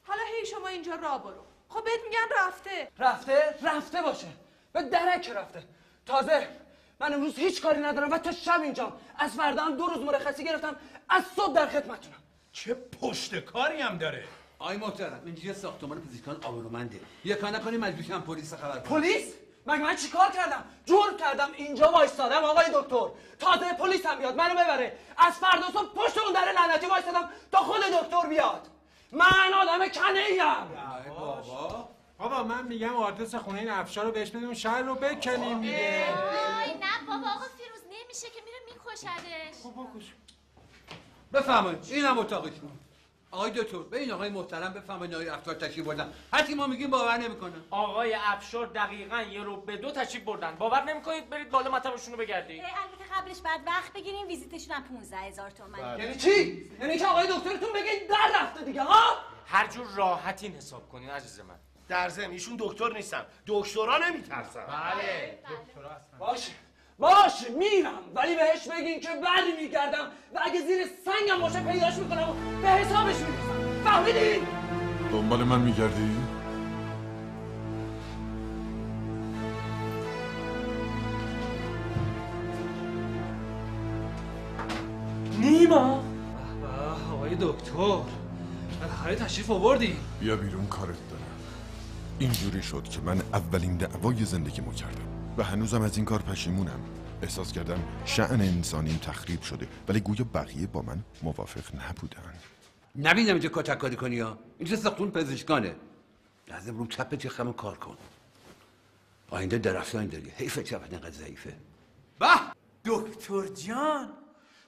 حالا هی شما اینجا را برو خب بهت میگن رفته رفته رفته باشه به درک رفته تازه من امروز هیچ کاری ندارم و تا شب اینجام از فردا هم دو روز مرخصی گرفتم از صبح در خدمتتونم چه پشت کاری هم داره آی محترم اینجا ساختمان پزشکان آبرومنده یکا نکنی مجبورشم پلیس خبر کنم پلیس مگه من چیکار کردم جرم کردم اینجا وایستادم آقای دکتر تازه پلیس هم بیاد منو ببره از فردا صبح پشت اون در لعنتی وایستادم تا خود دکتر بیاد من آدم کنه بابا بابا من میگم آدرس خونه این افشار رو بهش بدیم شهر رو بکنیم دیگه آی نه بابا آقا فیروز نمیشه که میره میکشدش خب بکش بفرمایید اینم اتاقتون آقای دکتر به این آقای محترم بفرمایید آقای افشار تشریف بردن هرکی ما میگیم باور نمیکنه آقای افشار دقیقا یه رو به دو تشریف بردن باور نمیکنید برید بالا مطبشون رو بگردید اه، البته قبلش بعد وقت بگیریم ویزیتشون هم 15 هزار تومن بله. یعنی چی یعنی که آقای دکترتون بگه در رفته دیگه ها هر جور راحتین حساب کنین عزیز من در ضمن ایشون دکتر نیستن دکترا نمیترسن بله. باشه باشه میرم ولی بهش بگین که بر میگردم و اگه زیر سنگم باشه پیداش میکنم و به حسابش میرسم فهمیدین؟ دنبال من میگردی نیما آقای دکتر بالاخره تشریف آوردی بیا بیرون کارت دارم اینجوری شد که من اولین دعوای زندگیمو کردم و هنوزم از این کار پشیمونم احساس کردم شعن انسانیم تخریب شده ولی گویا بقیه با من موافق نبودن نبینم اینجا کتک کاری کنی ها اینجا ساختون پزشکانه لازم رو چپ چخم کار کن آینده درخشان داری حیف چپ انقدر ضعیفه به دکتر جان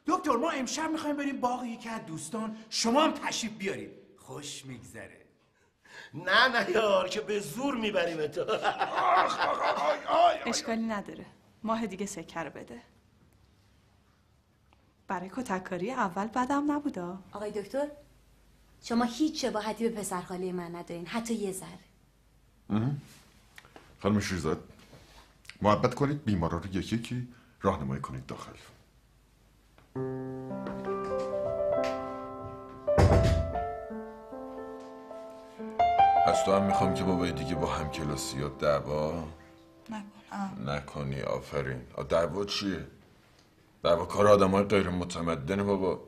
دکتر ما امشب میخوایم بریم باغ یکی از دوستان شما هم تشریف بیارید خوش میگذره نه نه یار که به زور میبریم تو اشکالی نداره ماه دیگه سکر بده برای کتککاری اول بدم نبودا آقای دکتر شما هیچ شباهتی به پسرخاله من ندارین حتی یه ذره ام. خانم شیرزاد محبت کنید بیمارا رو یکی یکی راهنمایی کنید داخل از تو هم میخوام که بابای دیگه با همکلاسیات دعوا نکنم نکنی آفرین آ، دعوا چیه؟ دعوا کار آدم های غیر متمدنه بابا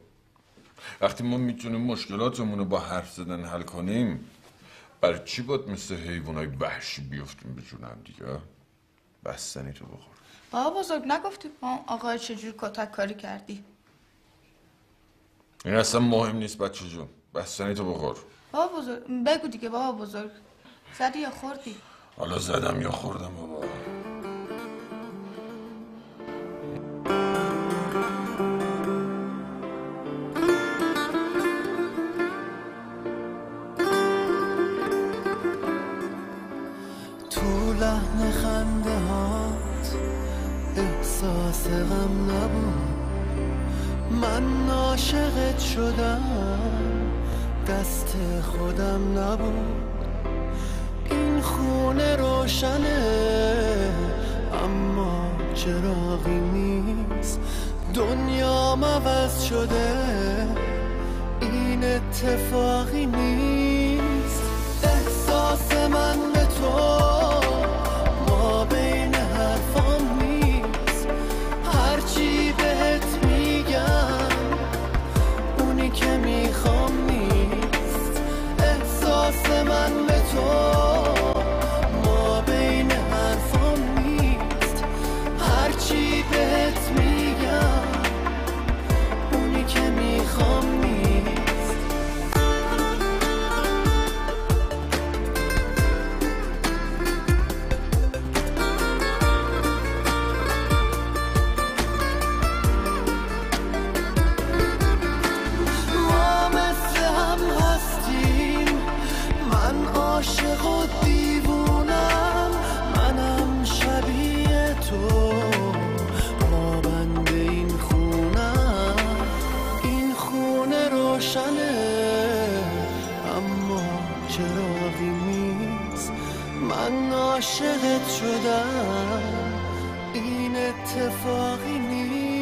وقتی ما میتونیم مشکلاتمون رو با حرف زدن حل کنیم برای چی باید مثل حیوان های وحشی بیفتیم به جون هم دیگه آ؟ بستنی تو بخور بابا بزرگ نگفتی با اون آقای چجور کتک کاری کردی این اصلا مهم نیست بچه جون بستنی تو بخور بابا بزرگ بگو دیگه بابا بزرگ زدی یا خوردی حالا زدم یا خوردم بابا تو لحن خنده هات احساس غم نبود من عاشقت شدم دست خودم نبود این خونه روشنه اما چراغی نیست دنیا عوض شده این اتفاقی نیست احساس من به تو ما بین حرفام نیست هرچی بهت میگم اونی که میخوام نیست احساس من به تو ما بین حرفام نیست هرچی بهت میگم اونی که میخوام نیست ما مثل هم هستیم من عاشق و دیوونم منم شبیه تو ما بند این خونم این خونه روشنه اما چراغی نیست من عاشقت شدم این اتفاقی نیست